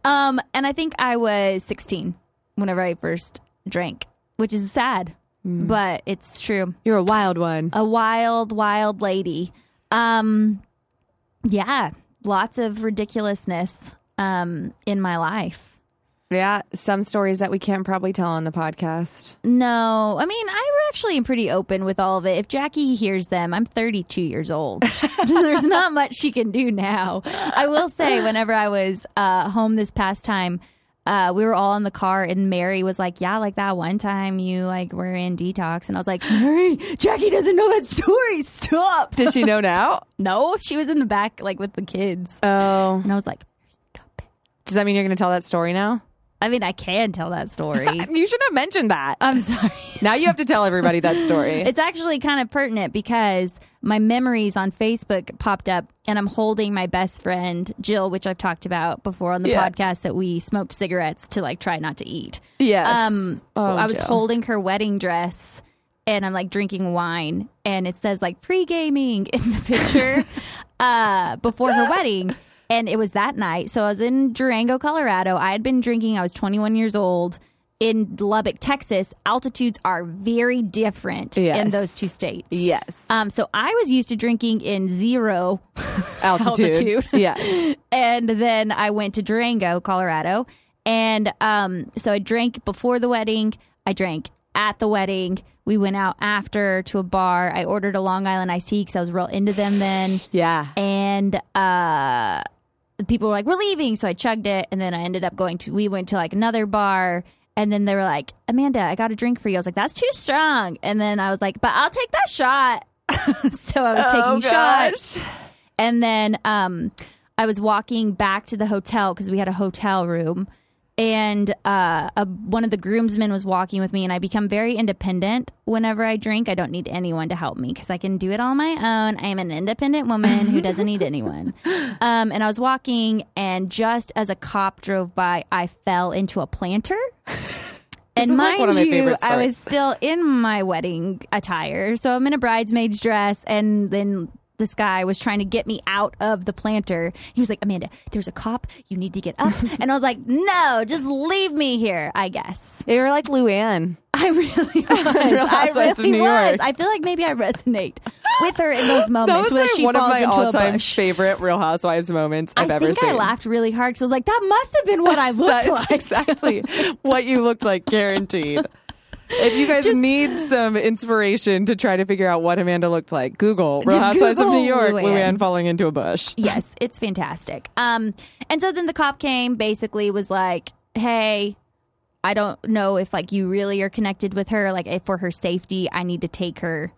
Speaker 1: Um, and I think I was 16 whenever I first drank, which is sad,
Speaker 2: Hmm.
Speaker 1: but it's true.
Speaker 2: You're a wild one.
Speaker 1: A wild, wild lady. Um, yeah, lots of ridiculousness um, in my life.
Speaker 2: Yeah, some stories that we can't probably tell on the podcast.
Speaker 1: No, I mean, I actually am pretty open with all of it. If Jackie hears them, I'm 32 years old. There's not much she can do now. I will say, whenever I was uh, home this past time, uh, we were all in the car, and Mary was like, "Yeah, like that one time you like were in detox," and I was like, "Mary, Jackie doesn't know that story. Stop."
Speaker 2: Does she know now?
Speaker 1: No, she was in the back, like with the kids,
Speaker 2: Oh.
Speaker 1: and I was like, "Stop it."
Speaker 2: Does that mean you're going to tell that story now?
Speaker 1: I mean, I can tell that story.
Speaker 2: You should have mentioned that.
Speaker 1: I'm sorry.
Speaker 2: now you have to tell everybody that story.
Speaker 1: It's actually kind of pertinent because my memories on Facebook popped up and I'm holding my best friend, Jill, which I've talked about before on the
Speaker 2: Yes.
Speaker 1: podcast that we smoked cigarettes to like try not to eat.
Speaker 2: yes.
Speaker 1: Um,
Speaker 2: Oh,
Speaker 1: I was
Speaker 2: Jill.
Speaker 1: holding her wedding dress and I'm like drinking wine and it says like pre gaming in the picture uh, before her wedding. And it was that night. So I was in Durango, Colorado. I had been drinking. I was 21 years old in Lubbock, Texas. Altitudes are very different in
Speaker 2: Yes.
Speaker 1: those two states.
Speaker 2: Yes.
Speaker 1: Um, so I was used to drinking in zero
Speaker 2: altitude.
Speaker 1: altitude.
Speaker 2: yeah.
Speaker 1: and then I went to Durango, Colorado, and um, so I drank before the wedding. I drank at the wedding. We went out after to a bar. I ordered a Long Island iced tea because I was real into them then,
Speaker 2: Yeah.
Speaker 1: and uh, people were like, "We're leaving," so I chugged it, and then I ended up going to. We went to like another bar. And then they were like, Amanda, I got a drink for you. I was like, that's too strong. And then I was like, but I'll take that shot. so I was
Speaker 2: Oh,
Speaker 1: taking shots. And then um, I was walking back to the hotel because we had a hotel room, and uh, a, one of the groomsmen was walking with me. And I become very independent whenever I drink. I don't need anyone to help me because I can do it all on my own. I am an independent woman who doesn't need anyone. Um, and I was walking, and just as a cop drove by, I fell into a planter. And mind
Speaker 2: is, like, one of my
Speaker 1: you,
Speaker 2: favorite
Speaker 1: I was
Speaker 2: stories.
Speaker 1: still in my wedding attire. So I'm in a bridesmaid's dress. And then this guy was trying to get me out of the planter. He was like, Amanda, there's a cop. You need to get up. and I was like, no, just leave me here, I guess.
Speaker 2: They were like Luann.
Speaker 1: I really was. I
Speaker 2: Housewives of
Speaker 1: really
Speaker 2: New York.
Speaker 1: was. I feel like maybe I resonate with her in those moments where she
Speaker 2: one of
Speaker 1: falls
Speaker 2: my
Speaker 1: into a
Speaker 2: all-time
Speaker 1: bush.
Speaker 2: favorite Real Housewives moments I've
Speaker 1: I
Speaker 2: ever
Speaker 1: think
Speaker 2: seen.
Speaker 1: I laughed really hard because I was like, that must have been what I looked
Speaker 2: That's
Speaker 1: like.
Speaker 2: exactly what you looked like, guaranteed. If you guys need some inspiration to try to figure out what Amanda looked like, Google Real
Speaker 1: Just
Speaker 2: Housewives of
Speaker 1: Google
Speaker 2: New York,
Speaker 1: Luann.
Speaker 2: Luann falling into a bush.
Speaker 1: yes, it's fantastic. Um, and so then the cop came, basically was like, "Hey, I don't know if like you really are connected with her. Like, if for her safety, I need to take her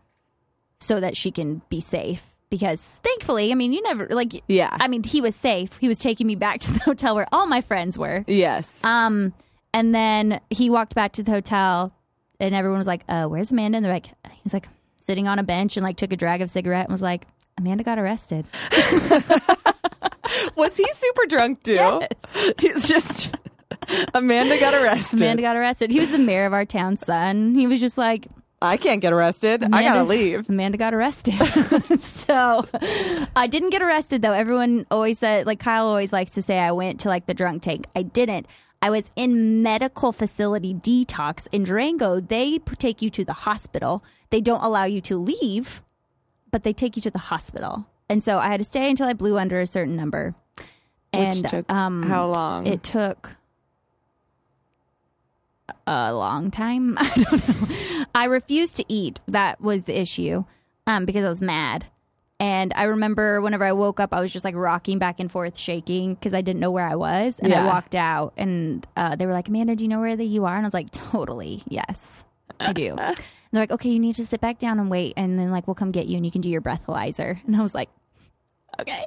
Speaker 1: so that she can be safe." Because thankfully, I mean, you never like,
Speaker 2: Yeah.
Speaker 1: I mean, he was safe. He was taking me back to the hotel where all my friends were.
Speaker 2: Yes.
Speaker 1: Um, and then he walked back to the hotel, and everyone was like, uh, "Where's Amanda?" And they're like, "He was like sitting on a bench and like took a drag of cigarette and was like." Amanda got arrested.
Speaker 2: Was he super drunk too? It's just Amanda got arrested.
Speaker 1: Amanda got arrested. He was the mayor of our town, son. He was just like,
Speaker 2: I can't get arrested. I gotta
Speaker 1: Amanda-
Speaker 2: leave.
Speaker 1: Amanda got arrested. so I didn't get arrested though. Everyone always said, like Kyle always likes to say, I went to like the drunk tank. I didn't. I was in medical facility detox in Durango. They p- take you to the hospital. They don't allow you to leave, but they take you to the hospital. And so I had to stay until I blew under a certain number. And
Speaker 2: took
Speaker 1: um,
Speaker 2: how long?
Speaker 1: It took a long time. I don't know. I refused to eat. That was the issue um, because I was mad. And I remember whenever I woke up, I was just like rocking back and forth, shaking because I didn't know where I was. And I
Speaker 2: Yeah.
Speaker 1: walked out, and uh, they were like, Amanda, do you know where that you are? And I was like, totally, yes, I do. and they're like, okay, you need to sit back down and wait. And then, like, we'll come get you and you can do your breathalyzer. And I was like, okay.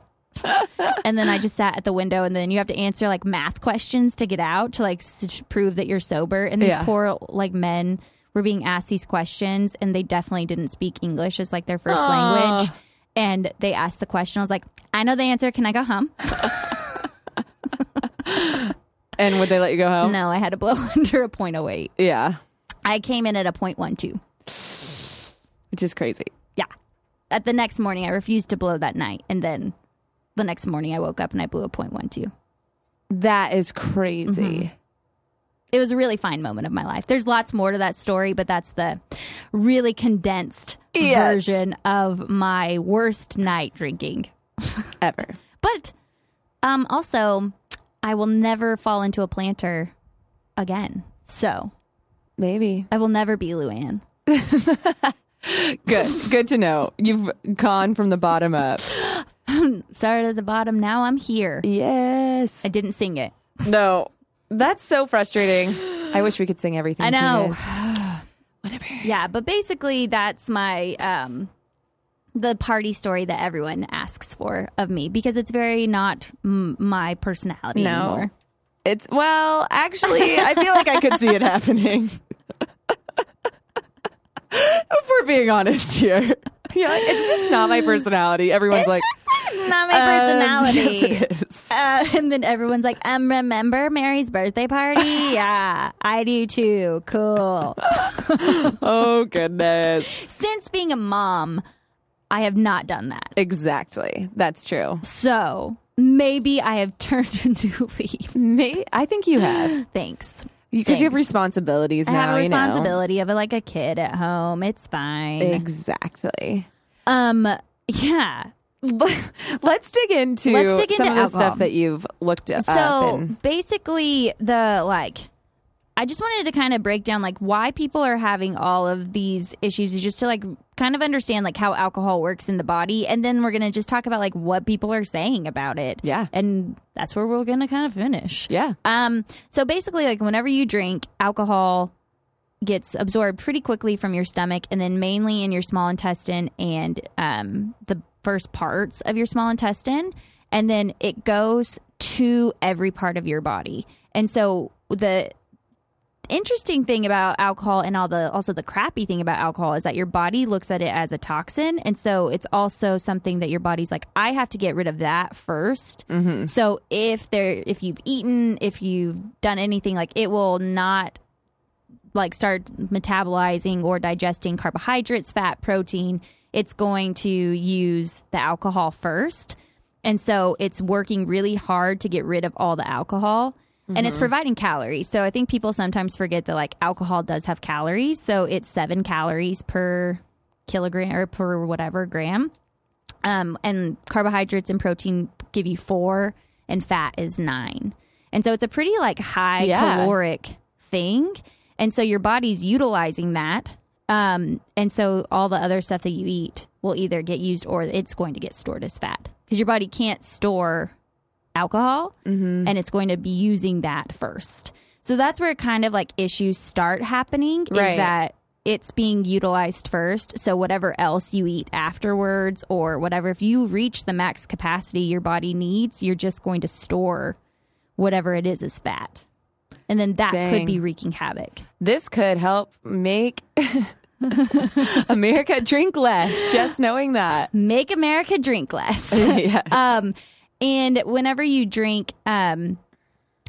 Speaker 1: and then I just sat at the window, and then you have to answer like math questions to get out to like s- prove that you're sober. And these
Speaker 2: Yeah.
Speaker 1: poor like men were being asked these questions, and they definitely didn't speak English as like their first
Speaker 2: Aw.
Speaker 1: language. And they asked the question. I was like, I know the answer. Can I go home?
Speaker 2: And would they let you go home?
Speaker 1: No, I had to blow under a 0.08.
Speaker 2: Yeah,
Speaker 1: I came in at a 0.12.
Speaker 2: which is crazy.
Speaker 1: Yeah. At the next morning, I refused to blow that night. And then the next morning, I woke up and I blew a 0.12.
Speaker 2: That is crazy.
Speaker 1: It was a really fine moment of my life. There's lots more to that story, but that's the really condensed
Speaker 2: Yes.
Speaker 1: version of my worst night drinking.
Speaker 2: Ever.
Speaker 1: But um, also, I will never fall into a planter again. So
Speaker 2: Maybe.
Speaker 1: I will never be Luann.
Speaker 2: Good. Good to know. You've gone from the bottom up.
Speaker 1: Started at the bottom. Now I'm here.
Speaker 2: Yes.
Speaker 1: I didn't sing it.
Speaker 2: No. That's so frustrating. I wish we could sing everything.
Speaker 1: I
Speaker 2: to
Speaker 1: know.
Speaker 2: this. Whatever.
Speaker 1: Yeah, but basically that's my um the party story that everyone asks for of me because it's very not m- my personality
Speaker 2: No.
Speaker 1: anymore.
Speaker 2: It's well, actually, I feel like I could see it happening. if we're being honest here. Yeah, it's just not my personality. Everyone's like
Speaker 1: Not my
Speaker 2: um,
Speaker 1: personality.
Speaker 2: yes, it is.
Speaker 1: Uh, and then everyone's like, um, remember Mary's birthday party? Yeah, I do too. Cool.
Speaker 2: Oh goodness.
Speaker 1: Since being a mom, I have not done that.
Speaker 2: Exactly. That's true.
Speaker 1: So maybe I have turned a new leaf.
Speaker 2: May I think you have.
Speaker 1: Thanks.
Speaker 2: Because you have
Speaker 1: Thanks.
Speaker 2: responsibilities
Speaker 1: I
Speaker 2: now,
Speaker 1: have a
Speaker 2: you know.
Speaker 1: responsibility of like a kid at home. It's fine.
Speaker 2: Eh. Exactly.
Speaker 1: Um. Yeah.
Speaker 2: Let's dig into
Speaker 1: Let's dig
Speaker 2: some
Speaker 1: into
Speaker 2: of the
Speaker 1: alcohol.
Speaker 2: stuff that you've looked up.
Speaker 1: So
Speaker 2: and-
Speaker 1: basically, the like, I just wanted to kind of break down like why people are having all of these issues, is just to like kind of understand like how alcohol works in the body, and then we're gonna just talk about like what people are saying about it.
Speaker 2: Yeah.
Speaker 1: and that's where we're gonna kind of finish.
Speaker 2: yeah.
Speaker 1: Um, so basically, like whenever you drink, alcohol gets absorbed pretty quickly from your stomach and then mainly in your small intestine and um, the first parts of your small intestine. And then it goes to every part of your body. And so the interesting thing about alcohol and all the also the crappy thing about alcohol is that your body looks at it as a toxin and so it's also something that your body's like i have to get rid of that 1st so if there if you've eaten if you've done anything like it will not like start metabolizing or digesting carbohydrates fat protein it's going to use the alcohol first and so it's working really hard to get rid of all the alcohol and it's providing calories. So I think people sometimes forget that like alcohol does have calories. So it's seven calories per kilogram or per whatever gram. Um, and carbohydrates and protein give you four, and fat is nine. And so it's a pretty like high
Speaker 2: Yeah.
Speaker 1: caloric thing. And so your body's utilizing that. Um, and so all the other stuff that you eat will either get used or it's going to get stored as fat because your body can't store alcohol
Speaker 2: Mm-hmm.
Speaker 1: and it's going to be using that first. So that's where kind of like issues start happening is
Speaker 2: Right.
Speaker 1: that it's being utilized first. So whatever else you eat afterwards or whatever, if you reach the max capacity your body needs, you're just going to store whatever it is as fat. And then that could
Speaker 2: Dang.
Speaker 1: be wreaking havoc.
Speaker 2: this could help make America drink less, just knowing that.
Speaker 1: Make America drink less.
Speaker 2: Yeah.
Speaker 1: um and whenever you drink um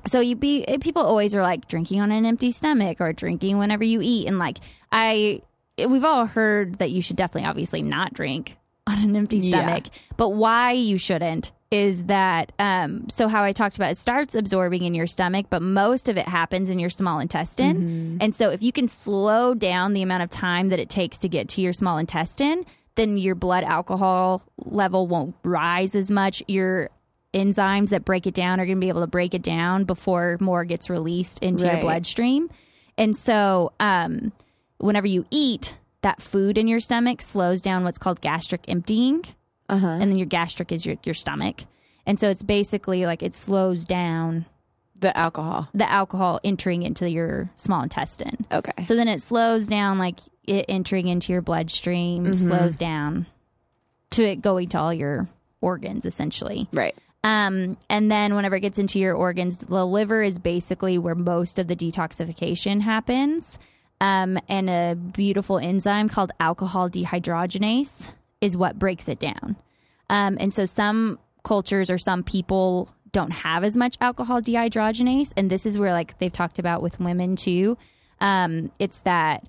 Speaker 1: so you be eh, people always are like drinking on an empty stomach or drinking whenever you eat and like i we've all heard that you should definitely obviously not drink on an empty
Speaker 2: Yeah.
Speaker 1: stomach but why you shouldn't is that um so how i talked about it starts absorbing in your stomach but most of it happens in your small intestine and so if you can slow down the amount of time that it takes to get to your small intestine then your blood alcohol level won't rise as much your enzymes that break it down are going to be able to break it down before more gets released into your
Speaker 2: Right.
Speaker 1: bloodstream and so um whenever you eat that food in your stomach slows down what's called gastric emptying and then your gastric is your, your stomach. And so it's basically like it slows down
Speaker 2: The alcohol.
Speaker 1: the alcohol entering into your small intestine.
Speaker 2: Okay.
Speaker 1: So then it slows down like it entering into your bloodstream, slows down to it going to all your organs essentially.
Speaker 2: Right.
Speaker 1: Um, and then whenever it gets into your organs, the liver is basically where most of the detoxification happens. Um, and a beautiful enzyme called alcohol dehydrogenase is what breaks it down. Um, and so some cultures or some people don't have as much alcohol dehydrogenase. And this is where, like, they've talked about with women too. Um, it's that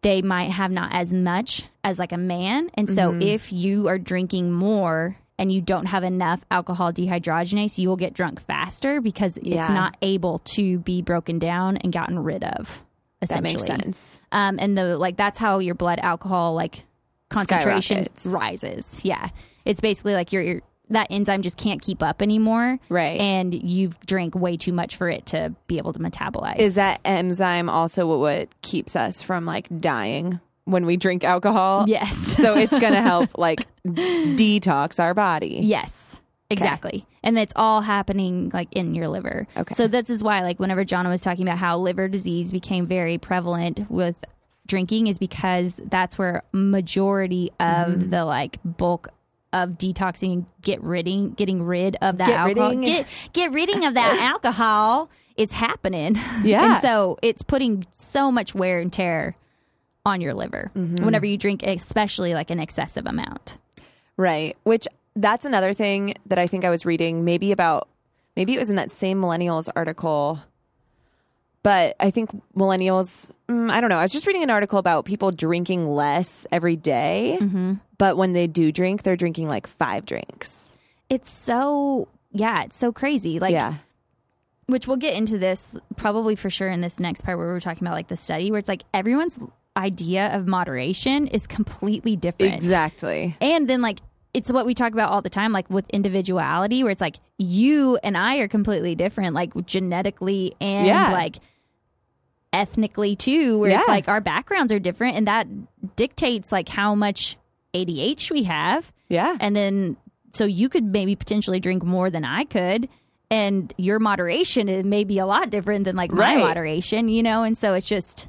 Speaker 1: they might have not as much as like a man. And so if you are drinking more and you don't have enough alcohol dehydrogenase, you will get drunk faster because
Speaker 2: Yeah.
Speaker 1: it's not able to be broken down and gotten rid of.
Speaker 2: That
Speaker 1: Essentially.
Speaker 2: makes sense.
Speaker 1: Um, and the like that's how your blood alcohol like concentration
Speaker 2: Skyrockets.
Speaker 1: rises. Yeah. It's basically like your, your that enzyme just can't keep up anymore.
Speaker 2: Right.
Speaker 1: And you've drank way too much for it to be able to metabolize.
Speaker 2: Is that enzyme also what, what keeps us from like dying when we drink alcohol?
Speaker 1: yes.
Speaker 2: So it's going to help like detox our body.
Speaker 1: Yes, exactly. And it's all happening like in your liver.
Speaker 2: Okay.
Speaker 1: So this is why, like, whenever Jonna was talking about how liver disease became very prevalent with drinking, is because that's where majority of
Speaker 2: Mm.
Speaker 1: the like bulk of detoxing and get ridding, getting rid of that
Speaker 2: Get
Speaker 1: alcohol,
Speaker 2: ridding.
Speaker 1: get get ridding of that alcohol is happening.
Speaker 2: Yeah.
Speaker 1: and so it's putting so much wear and tear on your liver
Speaker 2: Mm-hmm.
Speaker 1: whenever you drink, especially like an excessive amount.
Speaker 2: Right. Which that's another thing that I think I was reading maybe about maybe it was in that same millennials article. But I think millennials, mm, I don't know. I was just reading an article about people drinking less every day, But when they do drink, they're drinking like five drinks.
Speaker 1: it's so yeah it's so crazy like
Speaker 2: yeah.
Speaker 1: which we'll get into this probably for sure in this next part where we're talking about like the study where it's like everyone's idea of moderation is completely different
Speaker 2: Exactly.
Speaker 1: and then like it's what we talk about all the time like with individuality where it's like you and i are completely different like genetically and
Speaker 2: Yeah.
Speaker 1: like ethnically too where it's
Speaker 2: Yeah.
Speaker 1: like our backgrounds are different and that dictates like how much adh we have
Speaker 2: Yeah.
Speaker 1: and then so you could maybe potentially drink more than I could and your moderation is maybe a lot different than like
Speaker 2: Right.
Speaker 1: my moderation, you know, and so it's just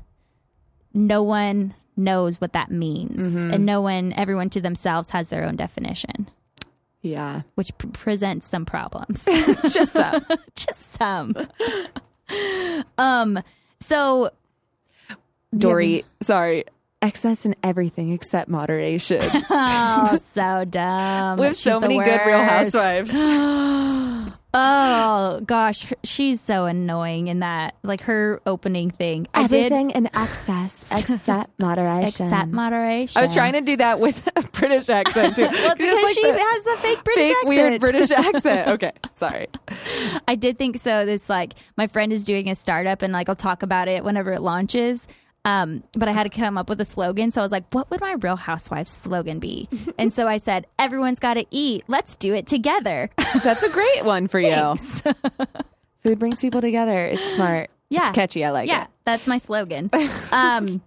Speaker 1: no one knows what that means
Speaker 2: Mm-hmm.
Speaker 1: and no one everyone to themselves has their own definition,
Speaker 2: yeah.
Speaker 1: which pr- presents some problems.
Speaker 2: Just so.
Speaker 1: just some. um so
Speaker 2: Dory, sorry. Excess in everything except moderation.
Speaker 1: oh, so dumb.
Speaker 2: we have
Speaker 1: She's
Speaker 2: so
Speaker 1: the
Speaker 2: many good real
Speaker 1: worst.
Speaker 2: housewives.
Speaker 1: Oh gosh, her- she's so annoying in that like her opening thing. I did
Speaker 3: Everything in excess, except moderation.
Speaker 1: accept moderation.
Speaker 2: I was trying to do that with a British accent too.
Speaker 1: Well, it's because
Speaker 2: Just like
Speaker 1: she
Speaker 2: the
Speaker 1: has the fake British
Speaker 2: fake
Speaker 1: accent.
Speaker 2: weird British accent. Okay, sorry.
Speaker 1: I did think so. This like my friend is doing a startup, and like I'll talk about it whenever it launches. Um, but I had to come up with a slogan, so I was like, "What would my Real Housewives slogan be?" and so I said, "Everyone's got to eat. Let's do it together."
Speaker 2: That's a great one for you. Food brings people together. It's smart.
Speaker 1: Yeah.
Speaker 2: It's catchy. I like
Speaker 1: yeah,
Speaker 2: it.
Speaker 1: that's my slogan. um,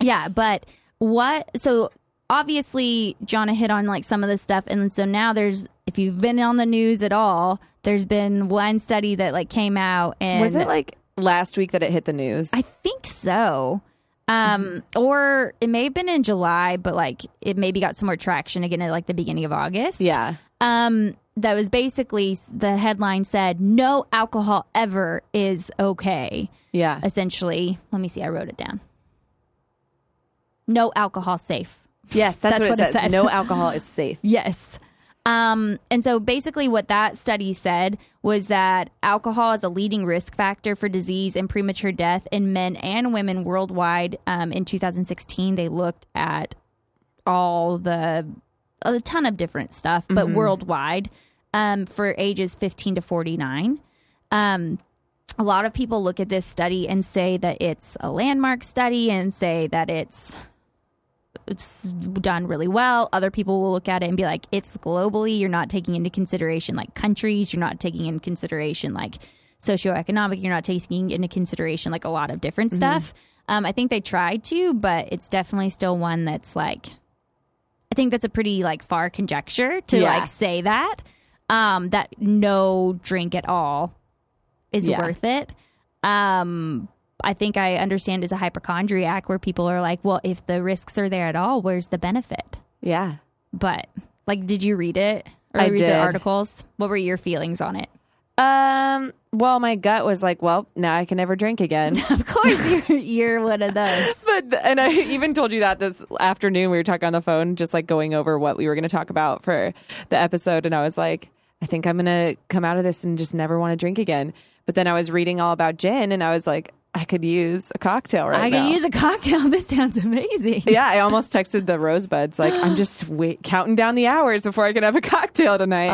Speaker 1: yeah, but what? So obviously, Jonna hit on like some of this stuff, and so now there's if you've been on the news at all, there's been one study that like came out, and
Speaker 2: Was it like last week that it hit the news?
Speaker 1: I think so. Um, or it may have been in July, but like it maybe got some more traction again at like the beginning of August.
Speaker 2: yeah.
Speaker 1: Um, that was basically the headline said, No alcohol ever is okay
Speaker 2: Yeah.
Speaker 1: essentially let me see i wrote it down no alcohol safe
Speaker 2: Yes, that's,
Speaker 1: That's
Speaker 2: what,
Speaker 1: what
Speaker 2: it
Speaker 1: it
Speaker 2: says.
Speaker 1: said.
Speaker 2: No alcohol is safe.
Speaker 1: yes um, and so basically what that study said was that alcohol is a leading risk factor for disease and premature death in men and women worldwide um, in 2016 they looked at all the a ton of different stuff but worldwide um, for ages 15 to 49 um, a lot of people look at this study and say that it's a landmark study and say that it's it's done really well. Other people will look at it and be like, it's globally. You're not taking into consideration like countries. You're not taking into consideration like socioeconomic. You're not taking into consideration like a lot of different stuff. Um, I think they tried to, but it's definitely still one that's like, I think that's a pretty like far conjecture to
Speaker 2: Yeah.
Speaker 1: like say that um, that no drink at all is
Speaker 2: Yeah.
Speaker 1: worth it. Um, I think I understand as a hypochondriac where people are like, well, if the risks are there at all, where's the benefit?
Speaker 2: Yeah.
Speaker 1: But like, did you read it or
Speaker 2: I
Speaker 1: read
Speaker 2: did.
Speaker 1: the articles? What were your feelings on it?
Speaker 2: Um. Well, my gut was like, well, now I can never drink again.
Speaker 1: Of course, you're you're one of those.
Speaker 2: but and I even told you that this afternoon we were talking on the phone, just like going over what we were going to talk about for the episode, and I was like, I think I'm going to come out of this and just never want to drink again. But then I was reading all about gin, and I was like, I could use a cocktail right
Speaker 1: I
Speaker 2: now.
Speaker 1: can use a cocktail. This sounds amazing.
Speaker 2: yeah, I almost texted the rosebuds like I'm just wait, counting down the hours before I can have a cocktail tonight.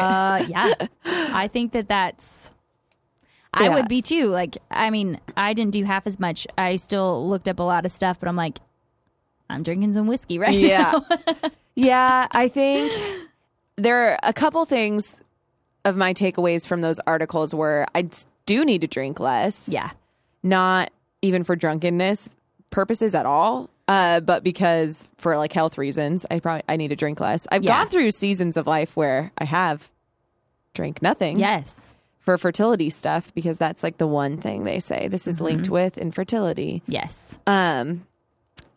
Speaker 1: Uh, yeah. I think that that's. I
Speaker 2: Yeah.
Speaker 1: would be too. Like, I mean, I didn't do half as much. I still looked up a lot of stuff, but I'm like, I'm drinking some whiskey right
Speaker 2: Yeah.
Speaker 1: now.
Speaker 2: yeah, I think there are a couple things of my takeaways from those articles where I d- do need to drink less,
Speaker 1: yeah.
Speaker 2: not even for drunkenness purposes at all, uh, but because for like health reasons, I probably I need to drink less. I've
Speaker 1: Yeah.
Speaker 2: gone through seasons of life where I have drank nothing
Speaker 1: Yes.
Speaker 2: for fertility stuff because that's like the one thing they say this is linked with infertility.
Speaker 1: Yes.
Speaker 2: Um,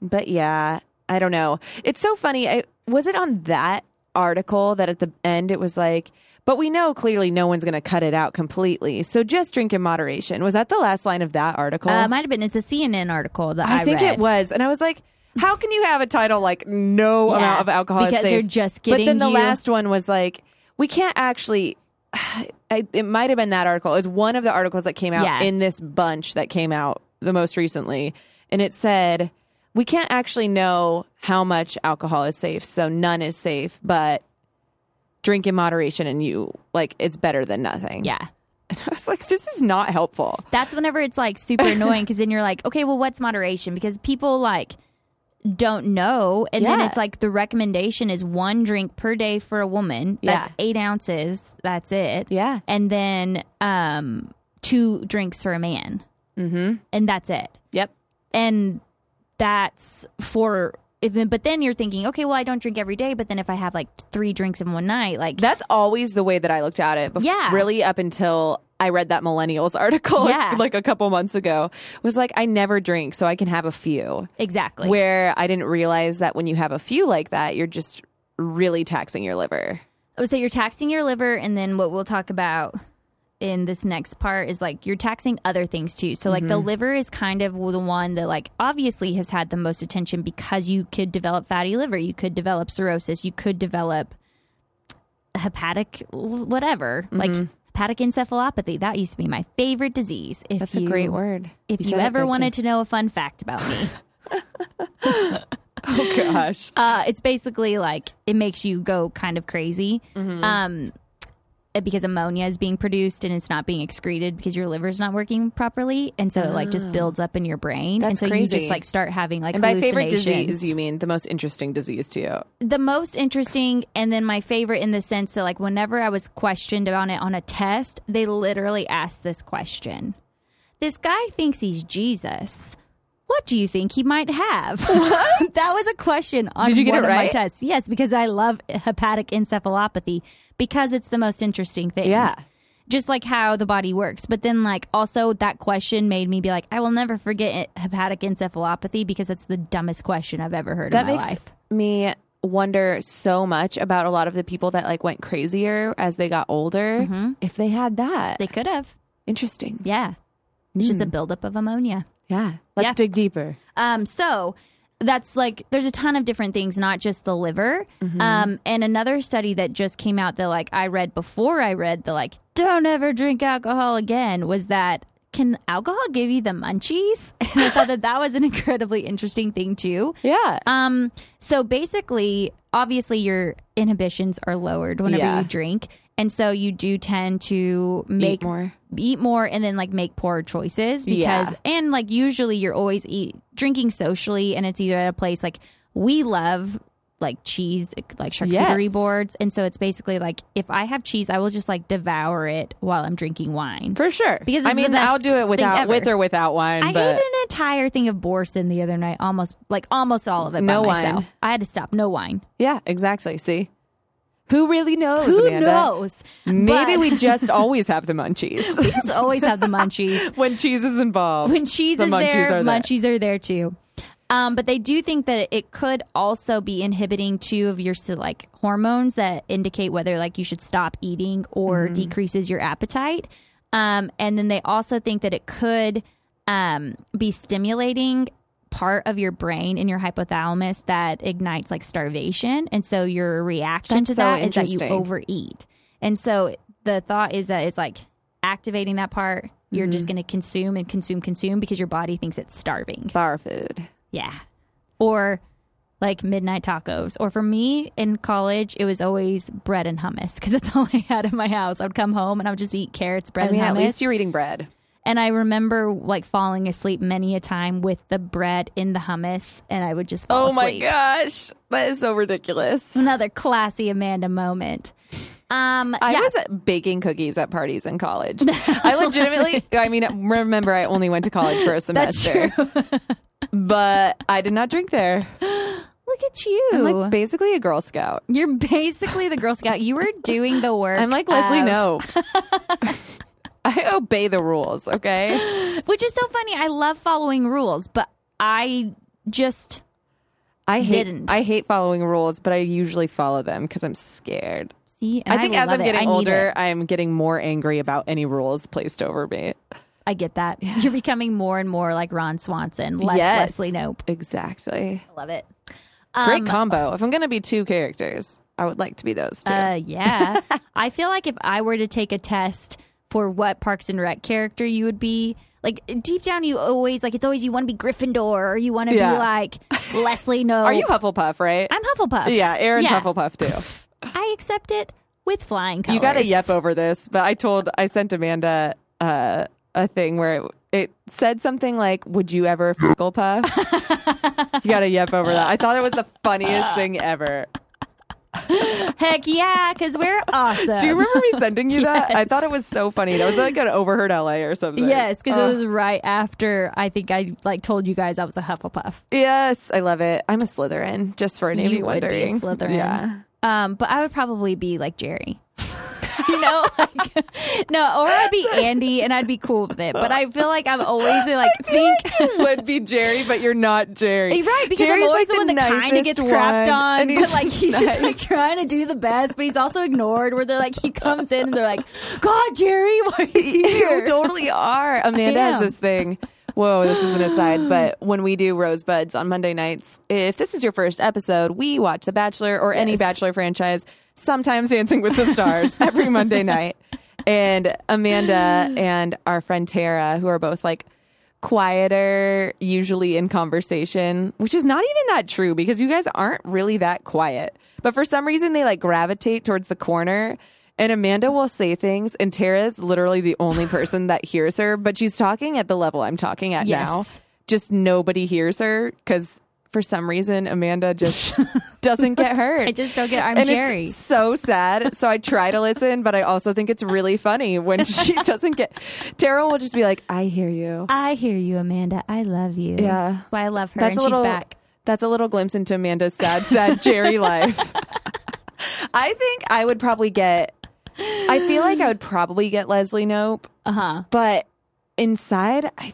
Speaker 2: but yeah, I don't know. It's so funny. I was it on that article that at the end it was like, but we know clearly no one's going to cut it out completely. So just drink in moderation. Was that the last line of that article?
Speaker 1: Uh, might have been. It's a CNN article that I,
Speaker 2: Oh. I, think
Speaker 1: read.
Speaker 2: it was, and I was like. How can you have a title like no
Speaker 1: Yeah,
Speaker 2: amount of alcohol is
Speaker 1: because
Speaker 2: safe?
Speaker 1: they're just
Speaker 2: But then
Speaker 1: getting
Speaker 2: the
Speaker 1: you-
Speaker 2: last one was like, we can't actually. I, it might have been that article. It was one of the articles that came out
Speaker 1: Yeah.
Speaker 2: in this bunch that came out the most recently, and it said we can't actually know how much alcohol is safe, so none is safe, but drink in moderation, and you like it's better than nothing.
Speaker 1: Yeah.
Speaker 2: and I was like, this is not helpful.
Speaker 1: That's whenever it's like super annoying because then you're like, okay, well, what's moderation? Because people like don't know. And then
Speaker 2: Yeah.
Speaker 1: it's like the recommendation is one drink per day for a woman. That's
Speaker 2: Yeah.
Speaker 1: eight ounces. That's it.
Speaker 2: Yeah.
Speaker 1: And then um, two drinks for a man. Mm-hmm. And that's it.
Speaker 2: Yep.
Speaker 1: And that's for. if- But then you're thinking, okay, well, I don't drink every day. But then if I have like three drinks in one night, like
Speaker 2: That's always the way that I looked at it. Bef-
Speaker 1: Yeah.
Speaker 2: Really, up until I read that millennials article
Speaker 1: Yeah.
Speaker 2: like a couple months ago, was like, I never drink, so I can have a few.
Speaker 1: exactly.
Speaker 2: Where I didn't realize that when you have a few like that, you're just really taxing your liver.
Speaker 1: Oh, so you're taxing your liver, and then what we'll talk about in this next part is like you're taxing other things too. So like the liver is kind of the one that like obviously has had the most attention because you could develop fatty liver, you could develop cirrhosis, you could develop hepatic l- whatever, like hepatic encephalopathy. That used to be my favorite disease. If you,
Speaker 2: word.
Speaker 1: If you, ever wanted to know a fun fact about me,
Speaker 2: Oh, gosh.
Speaker 1: uh, it's basically like it makes you go kind of crazy
Speaker 2: Mm-hmm.
Speaker 1: um, because ammonia is being produced and it's not being excreted because your liver's not working properly and so it like just builds up in your brain and
Speaker 2: Ah. That's
Speaker 1: so you
Speaker 2: crazy.
Speaker 1: just like start having like
Speaker 2: and by favorite
Speaker 1: hallucinations.
Speaker 2: disease, you mean the most interesting disease to you.
Speaker 1: the most interesting and then my favorite in the sense that like whenever i was questioned on it on a test they literally asked this question this guy thinks he's jesus what do you think he might have that was a question on
Speaker 2: Did you get
Speaker 1: one
Speaker 2: it
Speaker 1: of my
Speaker 2: right?
Speaker 1: tests yes because i love hepatic encephalopathy because it's the most interesting thing
Speaker 2: Yeah.
Speaker 1: just like how the body works. But then, like, also that question made me be like, I will never forget it, hepatic encephalopathy because it's the dumbest question I've ever heard
Speaker 2: that
Speaker 1: in my
Speaker 2: makes
Speaker 1: life.
Speaker 2: me wonder so much about a lot of the people that like went crazier as they got older if they had that
Speaker 1: Mm-hmm. They could have.
Speaker 2: interesting
Speaker 1: Yeah. It's just a buildup of ammonia.
Speaker 2: Yeah. Let's
Speaker 1: Yeah.
Speaker 2: dig deeper.
Speaker 1: Um, so that's like there's a ton of different things, not just the liver. Um, and another study that just came out that like I read before I read the like don't ever drink alcohol again was that can alcohol give you the munchies? And I thought that that was an incredibly interesting thing too.
Speaker 2: Yeah.
Speaker 1: Um, so basically, obviously, your inhibitions are lowered whenever
Speaker 2: Yeah.
Speaker 1: you drink, and so you do tend to make
Speaker 2: more.
Speaker 1: eat more, and then like make poor choices because,
Speaker 2: Yeah.
Speaker 1: and like usually you're always eat drinking socially, and it's either at a place like we love like cheese like charcuterie
Speaker 2: Yes.
Speaker 1: boards and so it's basically like if i have cheese i will just like devour it while i'm drinking wine
Speaker 2: For sure.
Speaker 1: Because
Speaker 2: I
Speaker 1: it's the
Speaker 2: mean, I'll
Speaker 1: best
Speaker 2: do it
Speaker 1: thing
Speaker 2: without
Speaker 1: ever.
Speaker 2: with or without wine,
Speaker 1: I
Speaker 2: but
Speaker 1: ate an entire thing of Borson the other night, almost like almost all of it.
Speaker 2: No
Speaker 1: by
Speaker 2: wine.
Speaker 1: myself. I had to stop. No wine.
Speaker 2: yeah, exactly. See? Who really knows?
Speaker 1: Who
Speaker 2: Amanda?
Speaker 1: knows?
Speaker 2: Maybe
Speaker 1: But-
Speaker 2: we just always have the munchies
Speaker 1: we just always have the munchies.
Speaker 2: when cheese is involved.
Speaker 1: When cheese
Speaker 2: The
Speaker 1: is
Speaker 2: munchies
Speaker 1: there,
Speaker 2: are there.
Speaker 1: munchies are there too. Um, but they do think that it could also be inhibiting two of your so, like hormones that indicate whether like you should stop eating or
Speaker 2: Mm-hmm.
Speaker 1: decreases your appetite. Um, and then they also think that it could um, be stimulating part of your brain in your hypothalamus that ignites like starvation, and so your reaction
Speaker 2: That's
Speaker 1: to
Speaker 2: so
Speaker 1: that is that you
Speaker 2: interesting.
Speaker 1: overeat. And so the thought is that it's like activating that part. You're just
Speaker 2: Mm-hmm.
Speaker 1: going to consume and consume, consume because your body thinks it's starving.
Speaker 2: Bar food.
Speaker 1: Yeah. Or like midnight tacos. Or for me in college, it was always bread and hummus because that's all I had in my house. I would come home and I would just eat carrots, bread,
Speaker 2: I mean, at
Speaker 1: and hummus.
Speaker 2: least you're eating bread.
Speaker 1: and I remember like falling asleep many a time with the bread in the hummus, and I would just fall
Speaker 2: Oh my
Speaker 1: asleep.
Speaker 2: gosh, that is so ridiculous.
Speaker 1: Another classy Amanda moment. Um,
Speaker 2: I
Speaker 1: yeah.
Speaker 2: was baking cookies at parties in college. I legitimately, I mean, remember, I only went to college for a
Speaker 1: That's
Speaker 2: semester, but I did not drink there.
Speaker 1: Look at you.
Speaker 2: I'm like basically a Girl Scout.
Speaker 1: You're basically the Girl Scout. You were doing the work.
Speaker 2: I'm like Leslie
Speaker 1: of-
Speaker 2: No. I obey the rules, okay?
Speaker 1: Which is so funny. I love following rules, but I just
Speaker 2: I hate
Speaker 1: Didn't.
Speaker 2: I hate following rules, but I usually follow them because I'm scared.
Speaker 1: see. and
Speaker 2: I think as
Speaker 1: love
Speaker 2: I'm
Speaker 1: it.
Speaker 2: getting
Speaker 1: I need it.
Speaker 2: older, I'm getting more angry about any rules placed over me.
Speaker 1: I get that. You're becoming more and more like Ron Swanson, less
Speaker 2: Yes.
Speaker 1: Leslie Nope.
Speaker 2: Exactly.
Speaker 1: I love it.
Speaker 2: Great
Speaker 1: Um,
Speaker 2: combo. If I'm going to be two characters, I would like to be those two.
Speaker 1: Uh, yeah. I feel like if I were to take a test for what Parks and Rec character you would be, like deep down, you always like it's always you want to be Gryffindor or you want to
Speaker 2: Yeah.
Speaker 1: be like Leslie Nope.
Speaker 2: Are you Hufflepuff, right?
Speaker 1: oh. I'm Hufflepuff.
Speaker 2: yeah, Aaron's
Speaker 1: Yeah.
Speaker 2: Hufflepuff too.
Speaker 1: I accept it with flying colors.
Speaker 2: You got to yep over this, but I told I sent Amanda uh, a thing where it, it said something like, "Would you ever Hufflepuff?" you got to yep over that. I thought it was the funniest thing ever.
Speaker 1: Heck yeah, because we're awesome.
Speaker 2: Do you remember me sending you that? I thought it was so funny. That was like an overheard LA or something.
Speaker 1: Yes, because
Speaker 2: Oh,
Speaker 1: it was right after I think I like told you guys I was a Hufflepuff.
Speaker 2: yes, I love it. I'm a Slytherin, just for any of
Speaker 1: You
Speaker 2: you
Speaker 1: would be a
Speaker 2: wondering.
Speaker 1: Slytherin.
Speaker 2: Yeah.
Speaker 1: Um, but I would probably be like Jerry. you know, like, no, or I'd be Andy, and I'd be cool with it. But I feel like I'm always like think.
Speaker 2: would be Jerry, but you're not Jerry.
Speaker 1: You're Eh, right, because I'm always the, one that kind of
Speaker 2: nicest
Speaker 1: gets crapped
Speaker 2: one,
Speaker 1: on,
Speaker 2: and
Speaker 1: but like he's just like
Speaker 2: nice.
Speaker 1: trying to do the best, but he's also ignored. Where they're like, he comes in and they're like, "God, Jerry, why are you here?"
Speaker 2: You totally are. Amanda
Speaker 1: I
Speaker 2: has
Speaker 1: am.
Speaker 2: this thing. Whoa, this is an aside, but when we do Rosebuds on Monday nights, if this is your first episode, we watch The Bachelor or any
Speaker 1: Yes.
Speaker 2: Bachelor franchise, sometimes Dancing with the Stars every Monday night. And Amanda and our friend Tara, who are both like quieter, usually in conversation, which is not even that true because you guys aren't really that quiet. But for some reason, they like gravitate towards the corner. And Amanda will say things, and Tara's literally the only person that hears her, but she's talking at the level I'm talking at now.
Speaker 1: Yes.
Speaker 2: Just nobody hears her because for some reason, Amanda just doesn't get heard.
Speaker 1: I just don't get. It. I'm
Speaker 2: and
Speaker 1: Jerry.
Speaker 2: it's so sad. So I try to listen, but I also think it's really funny when she doesn't get. Tara will just be like, "I hear you."
Speaker 1: I hear you, Amanda. I love you.
Speaker 2: Yeah.
Speaker 1: that's why I love her.
Speaker 2: That's
Speaker 1: and
Speaker 2: a little
Speaker 1: she's back.
Speaker 2: That's a little glimpse into Amanda's sad, sad Jerry life. I think I would probably get. I feel like I would probably get Leslie Nope,
Speaker 1: Uh huh.
Speaker 2: but inside, I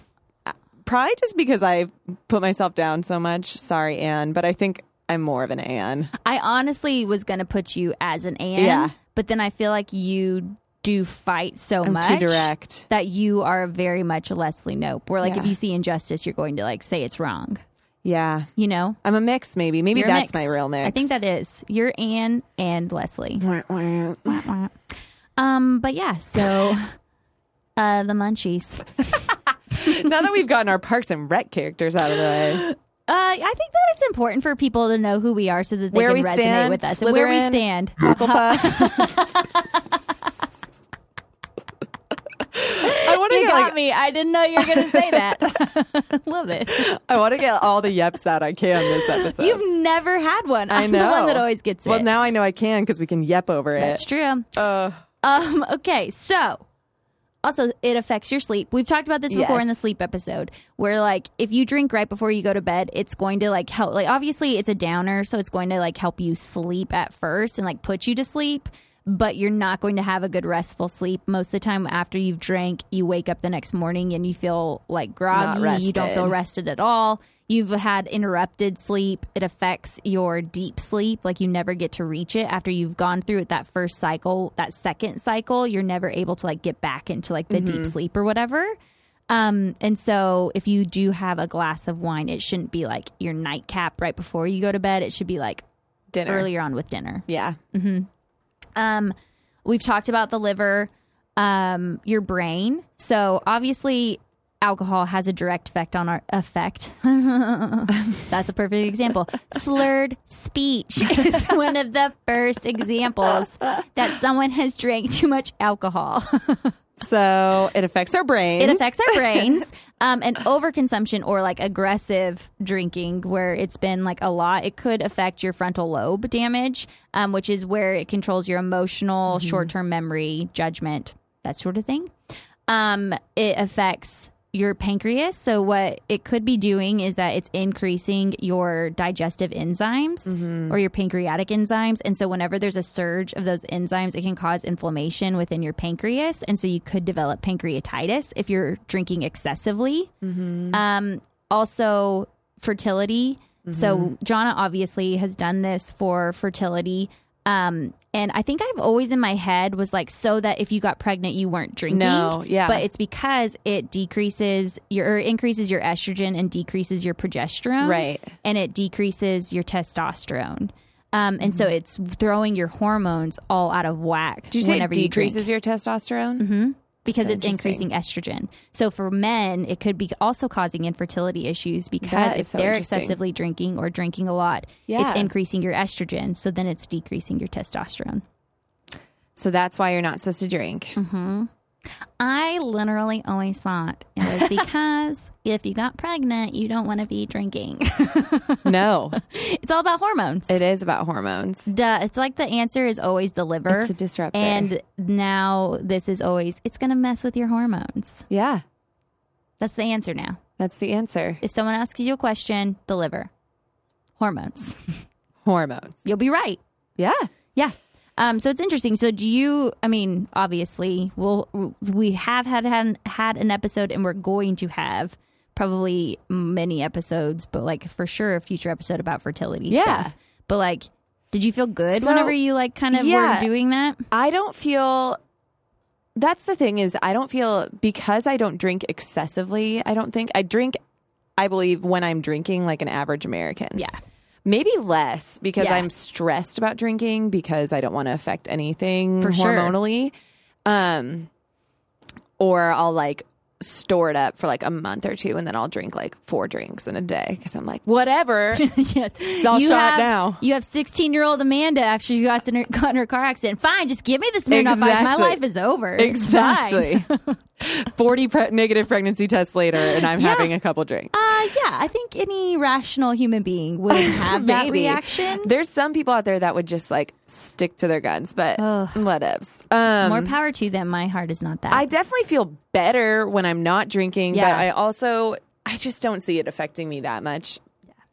Speaker 2: probably just because I put myself down so much. Sorry, Anne, but I think I'm more of an Anne.
Speaker 1: I honestly was gonna put you as an Anne,
Speaker 2: Yeah.
Speaker 1: but then I feel like you do fight so
Speaker 2: I'm
Speaker 1: much.
Speaker 2: too direct.
Speaker 1: That you are very much a Leslie Nope. Where like if
Speaker 2: Yeah.
Speaker 1: you see injustice, you're going to like say it's wrong.
Speaker 2: Yeah,
Speaker 1: You know,
Speaker 2: I'm a mix. Maybe, maybe
Speaker 1: You're a
Speaker 2: that's
Speaker 1: mix.
Speaker 2: my real mix.
Speaker 1: I think that is you're Anne and Leslie.
Speaker 2: that.
Speaker 1: Um, but yeah, so uh, the Munchies.
Speaker 2: now that we've gotten our Parks and Rec characters out of the way,
Speaker 1: Uh, I think that it's important for people to know who we are so that they
Speaker 2: Where
Speaker 1: can
Speaker 2: we
Speaker 1: resonate
Speaker 2: stand,
Speaker 1: with us and where we
Speaker 2: Slytherin.
Speaker 1: stand.
Speaker 2: Hufflepuff. I want to
Speaker 1: You
Speaker 2: get
Speaker 1: got
Speaker 2: like
Speaker 1: me. I didn't know you were going to say that. Love it.
Speaker 2: I want to get all the yeps out I can this episode.
Speaker 1: You've never had one.
Speaker 2: I
Speaker 1: I'm
Speaker 2: know
Speaker 1: the one that always gets
Speaker 2: well,
Speaker 1: it.
Speaker 2: now I know I can because we can yep over it.
Speaker 1: That's true.
Speaker 2: Uh,
Speaker 1: Um, okay, so also it affects your sleep. We've talked about this before
Speaker 2: Yes.
Speaker 1: in the sleep episode, where like if you drink right before you go to bed, it's going to like help. Like obviously it's a downer, so it's going to like help you sleep at first and like put you to sleep. But you're not going to have a good restful sleep most of the time. After you've drank, you wake up the next morning and you feel like groggy. You don't feel rested
Speaker 2: rested.
Speaker 1: at all. you've had interrupted sleep, it affects your deep sleep. Like you never get to reach it after you've gone through it that first cycle, that second cycle, you're never able to like get back into like the deep
Speaker 2: Mm-hmm.
Speaker 1: sleep or whatever. Um, and so if you do have a glass of wine, it shouldn't be like your nightcap right before you go to bed. It should be like
Speaker 2: Dinner.
Speaker 1: earlier on with dinner.
Speaker 2: Yeah.
Speaker 1: Um, we've talked about the liver, um, your brain. So obviously, alcohol has a direct effect on our effect. That's a perfect example. Slurred speech is one of the first examples that someone has drank too much alcohol.
Speaker 2: So it affects our brains.
Speaker 1: It affects our brains. Um, and overconsumption or like aggressive drinking, where it's been like a lot, it could affect your frontal lobe damage, um, which is where it controls your emotional, short term memory, judgment, that sort of thing. Um, it affects your pancreas. So, what it could be doing is that it's increasing your digestive enzymes or your pancreatic enzymes. And so, whenever there's a surge of those enzymes, it can cause inflammation within your pancreas. And so, you could develop pancreatitis if you're drinking excessively.
Speaker 2: Mm-hmm.
Speaker 1: Um, also, fertility.
Speaker 2: Mm-hmm.
Speaker 1: So, Jonna obviously has done this for fertility. Um, and I think I've always in my head was like, so that if you got pregnant, you weren't drinking.
Speaker 2: No, yeah.
Speaker 1: But it's because it decreases your, or increases your estrogen and decreases your progesterone.
Speaker 2: Right.
Speaker 1: And it decreases your testosterone. Um, and so it's throwing your hormones all out of whack.
Speaker 2: Mm-hmm. Did you say it
Speaker 1: whenever you drink Mm-hmm.
Speaker 2: decreases your testosterone?
Speaker 1: because
Speaker 2: So
Speaker 1: it's increasing estrogen. So for men, it could be also causing infertility issues because
Speaker 2: That
Speaker 1: if
Speaker 2: is so
Speaker 1: they're
Speaker 2: interesting.
Speaker 1: excessively drinking or drinking a lot,
Speaker 2: Yeah.
Speaker 1: it's increasing your estrogen. So then it's decreasing your testosterone.
Speaker 2: So that's why you're not supposed to drink.
Speaker 1: I literally always thought it was because if you got pregnant, you don't want to be drinking.
Speaker 2: No,
Speaker 1: it's all about hormones.
Speaker 2: it is about hormones.
Speaker 1: Duh, it's like the answer is always the liver.
Speaker 2: It's a disruptor.
Speaker 1: and now this is always, it's going to mess with your hormones.
Speaker 2: yeah,
Speaker 1: That's the answer now.
Speaker 2: that's the answer.
Speaker 1: If someone asks you a question, the liver, hormones.
Speaker 2: Hormones.
Speaker 1: You'll be right.
Speaker 2: Yeah.
Speaker 1: Yeah. Um, so it's interesting. So do you? I mean, obviously, we'll we have had had, had an episode, and we're going to have probably many episodes, but like for sure a future episode about fertility
Speaker 2: Yeah.
Speaker 1: stuff. But like, did you feel good
Speaker 2: So-
Speaker 1: whenever you like kind of
Speaker 2: Yeah.
Speaker 1: were doing that?
Speaker 2: I don't feel. That's the thing is I don't feel because I don't drink excessively. I don't think I drink. I believe when I'm drinking like an average American. Maybe less because
Speaker 1: Yeah.
Speaker 2: I'm stressed about drinking because I don't want to affect anything
Speaker 1: For sure.
Speaker 2: hormonally. Um or I'll like store it up for like a month or two and then I'll drink like four drinks in a day because I'm like whatever.
Speaker 1: yes. It's
Speaker 2: all shot now.
Speaker 1: You have 16 year old Amanda after she got in her, got in her car accident. Fine, just give me this Smirnoff Ice. My
Speaker 2: Exactly.
Speaker 1: life is over. It's fine.
Speaker 2: exactly. 40 pre- negative pregnancy tests later and I'm having a couple drinks.
Speaker 1: Uh, yeah, I think any rational human being would have that
Speaker 2: Maybe.
Speaker 1: reaction.
Speaker 2: There's some people out there that would just like stick to their guns, but whatevs. Um
Speaker 1: More power to them. My heart is not that.
Speaker 2: I definitely feel better when I'm not drinking,
Speaker 1: Yeah.
Speaker 2: but I also I just don't see it affecting me that much.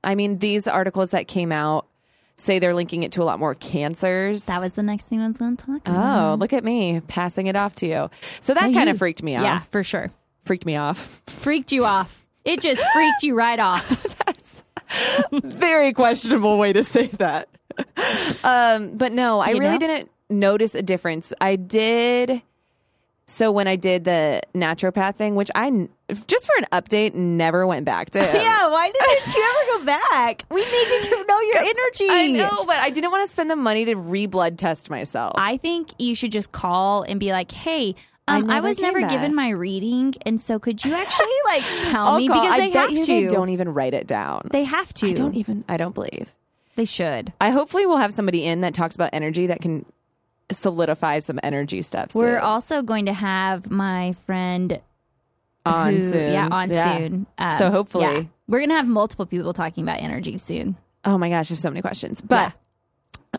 Speaker 2: I mean, these articles that came out say they're linking it to a lot more cancers.
Speaker 1: that was Mm-hmm. the next thing I was going to talk about.
Speaker 2: Oh, look at me passing it off to you. So that kind of freaked me off.
Speaker 1: Yeah, for sure.
Speaker 2: Freaked me off.
Speaker 1: Freaked you off. It just freaked you right off.
Speaker 2: Very questionable way to say that. um, but no, I
Speaker 1: You
Speaker 2: really
Speaker 1: know?
Speaker 2: didn't notice a difference. I did. So when I did the naturopath thing, which I n- just for an update never went back to.
Speaker 1: why didn't you ever go back? We needed to know your energy.
Speaker 2: I know, but I didn't want to spend the money to re-blood test myself.
Speaker 1: I think you should just call and be like, hey,
Speaker 2: I
Speaker 1: um, I,
Speaker 2: never
Speaker 1: was
Speaker 2: came
Speaker 1: never
Speaker 2: back.
Speaker 1: given my reading, and so could you actually like tell
Speaker 2: I'll
Speaker 1: me
Speaker 2: call.
Speaker 1: because
Speaker 2: I
Speaker 1: they
Speaker 2: bet
Speaker 1: have to?
Speaker 2: you They don't even write it down.
Speaker 1: They have to.
Speaker 2: I don't even. I don't believe.
Speaker 1: they should.
Speaker 2: I hopefully will have somebody in that talks about energy that can solidify some energy stuff.
Speaker 1: We're
Speaker 2: soon.
Speaker 1: also going to have my friend
Speaker 2: on
Speaker 1: who-
Speaker 2: soon.
Speaker 1: Yeah, on soon. Um,
Speaker 2: so hopefully,
Speaker 1: yeah. we're gonna have multiple people talking about energy soon.
Speaker 2: oh my gosh, I have so many questions. But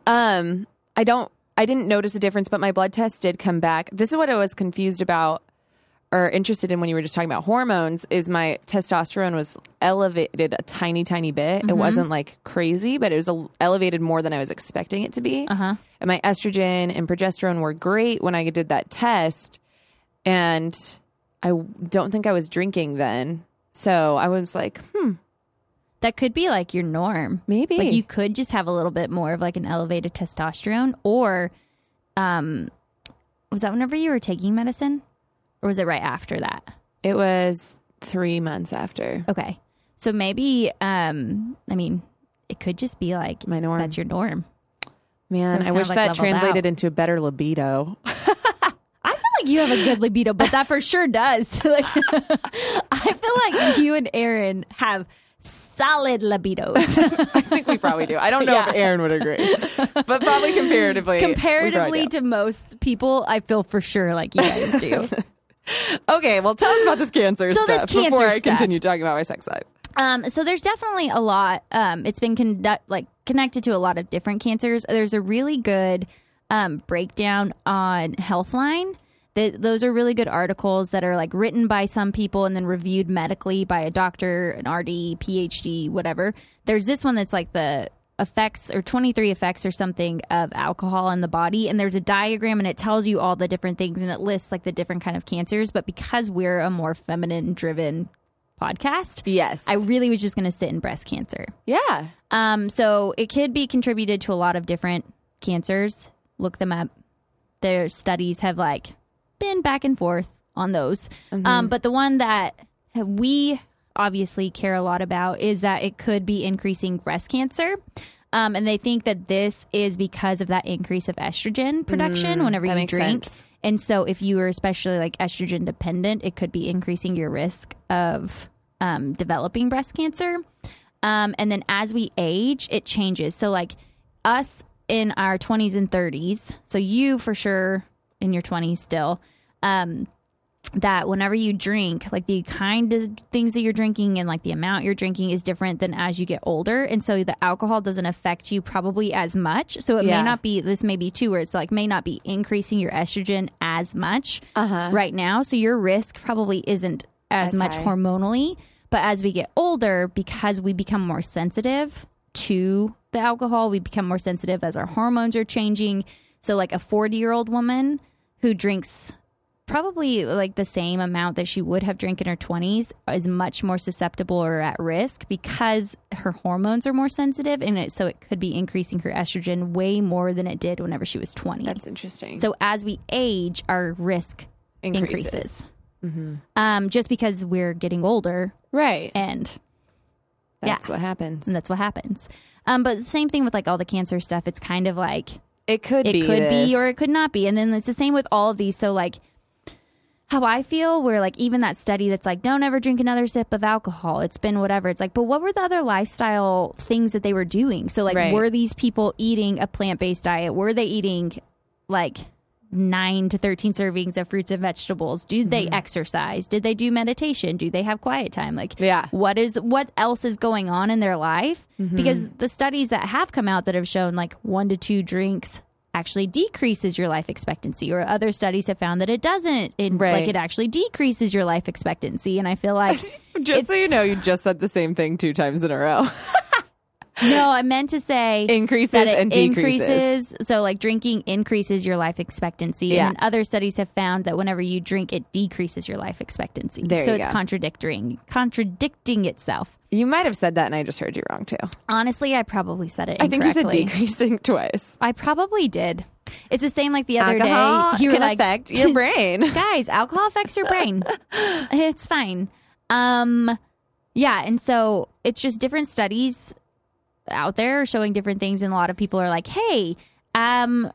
Speaker 2: um, I don't. I didn't notice a difference, but my blood test did come back. This is what I was confused about or interested in when you were just talking about hormones is my testosterone was elevated a tiny tiny bit.
Speaker 1: Mm-hmm.
Speaker 2: It wasn't like crazy, but it was el- elevated more than I was expecting it to be. Uh-huh. And my estrogen and progesterone were great when I did that test and I w- don't think I was drinking then. So I was like, hmm,
Speaker 1: that could be like your norm.
Speaker 2: Maybe.
Speaker 1: Like you could just have a little bit more of like an elevated testosterone or um was that whenever you were taking medicine? Or was it right after that?
Speaker 2: It was three months after
Speaker 1: Okay. So maybe um I mean, it could just be like
Speaker 2: my norm.
Speaker 1: that's your norm. it
Speaker 2: Man,
Speaker 1: was
Speaker 2: I
Speaker 1: kind of
Speaker 2: wish
Speaker 1: like
Speaker 2: that
Speaker 1: leveled
Speaker 2: translated
Speaker 1: out.
Speaker 2: into a better libido.
Speaker 1: I feel like you have a good libido, but that for sure does. Like, I feel like you and Aaron have solid libidos
Speaker 2: I think we probably do. I don't know if Aaron would agree, but probably comparatively.
Speaker 1: comparatively to most people. I feel for sure like you guys do.
Speaker 2: Okay, well, tell us about this cancer
Speaker 1: So this
Speaker 2: stuff
Speaker 1: cancer
Speaker 2: before I
Speaker 1: stuff.
Speaker 2: continue talking about my sex life.
Speaker 1: Um, so there's definitely a lot. Um, it's been conduct like connected to a lot of different cancers. There's a really good um, breakdown on Healthline. That those are really good articles that are like written by some people and then reviewed medically by a doctor, an RD, PhD, whatever. There's this one that's like the effects or 23 effects or something of alcohol in the body and there's a diagram and it tells you all the different things and it lists like the different kind of cancers but because we're a more feminine driven podcast
Speaker 2: Yes.
Speaker 1: I really was just going to sit in breast cancer.
Speaker 2: yeah.
Speaker 1: Um, so it could be contributed to a lot of different cancers. Look them up. Their studies have like been back and forth on those.
Speaker 2: Mm-hmm.
Speaker 1: Um, but the one that we obviously care a lot about is that it could be increasing breast cancer. Um, and they think that this is because of that increase of estrogen production whenever
Speaker 2: Mm, that
Speaker 1: you
Speaker 2: makes
Speaker 1: drink.
Speaker 2: sense.
Speaker 1: And so if you are especially like estrogen dependent, it could be increasing your risk of um, developing breast cancer. Um, and then as we age, it changes. So, like us in our 20s and 30s, so you for sure in your 20s still, um, that whenever you drink, like the kind of things that you're drinking and like the amount you're drinking is different than as you get older. And so the alcohol doesn't affect you probably as much. So it
Speaker 2: Yeah.
Speaker 1: may not be, this may be two words, so like may not be increasing your estrogen as much right now. So your risk probably isn't as,
Speaker 2: As
Speaker 1: much
Speaker 2: high.
Speaker 1: hormonally. But as we get older, because we become more sensitive to the alcohol, we become more sensitive as our hormones are changing. So, like a 40 year old woman who drinks probably like the same amount that she would have drank in her 20s is much more susceptible or at risk because her hormones are more sensitive and it, so it could be increasing her estrogen way more than it did whenever she was 20
Speaker 2: interesting.
Speaker 1: so as we age our risk increases, um, just because we're getting older
Speaker 2: Right.
Speaker 1: and
Speaker 2: That's what happens.
Speaker 1: and that's what happens um, but the same thing with like all the cancer stuff it's kind of like
Speaker 2: It could
Speaker 1: it
Speaker 2: be.
Speaker 1: could
Speaker 2: this.
Speaker 1: be or it could not be and then it's the same with all of these so like how i feel where like even that study that's like don't ever drink another sip of alcohol it's been whatever it's like but what were the other lifestyle things that they were doing so like
Speaker 2: Right.
Speaker 1: were these people eating a plant-based diet were they eating like 9 to 13 servings of fruits and vegetables did
Speaker 2: Mm-hmm.
Speaker 1: they exercise did they do meditation do they have quiet time like
Speaker 2: Yeah. Mm-hmm.
Speaker 1: what is what else is going on in their life because the studies that have come out that have shown like one to two drinks actually decreases your life expectancy or other studies have found that it doesn't and
Speaker 2: Right.
Speaker 1: like it actually decreases your life expectancy and i feel like
Speaker 2: Just so
Speaker 1: It's-
Speaker 2: you know, you just said the same thing two times in a row.
Speaker 1: no i meant to say
Speaker 2: Increases
Speaker 1: that it
Speaker 2: and decreases.
Speaker 1: increases so like drinking increases your life expectancy
Speaker 2: Yeah.
Speaker 1: and then other studies have found that whenever you drink it decreases your life expectancy
Speaker 2: There
Speaker 1: so
Speaker 2: you
Speaker 1: it's
Speaker 2: go.
Speaker 1: contradicting contradicting itself
Speaker 2: You might have said that, and I just heard you wrong too.
Speaker 1: honestly i probably said it
Speaker 2: I think you said
Speaker 1: incorrectly.
Speaker 2: decreasing twice.
Speaker 1: I probably did. It's the same like the other
Speaker 2: Alcohol
Speaker 1: day. You were
Speaker 2: can
Speaker 1: like,
Speaker 2: affect your brain.
Speaker 1: guys, alcohol affects your brain. it's fine. Um, yeah, and so it's just different studies out there showing different things, and a lot of people are like, "Hey, um,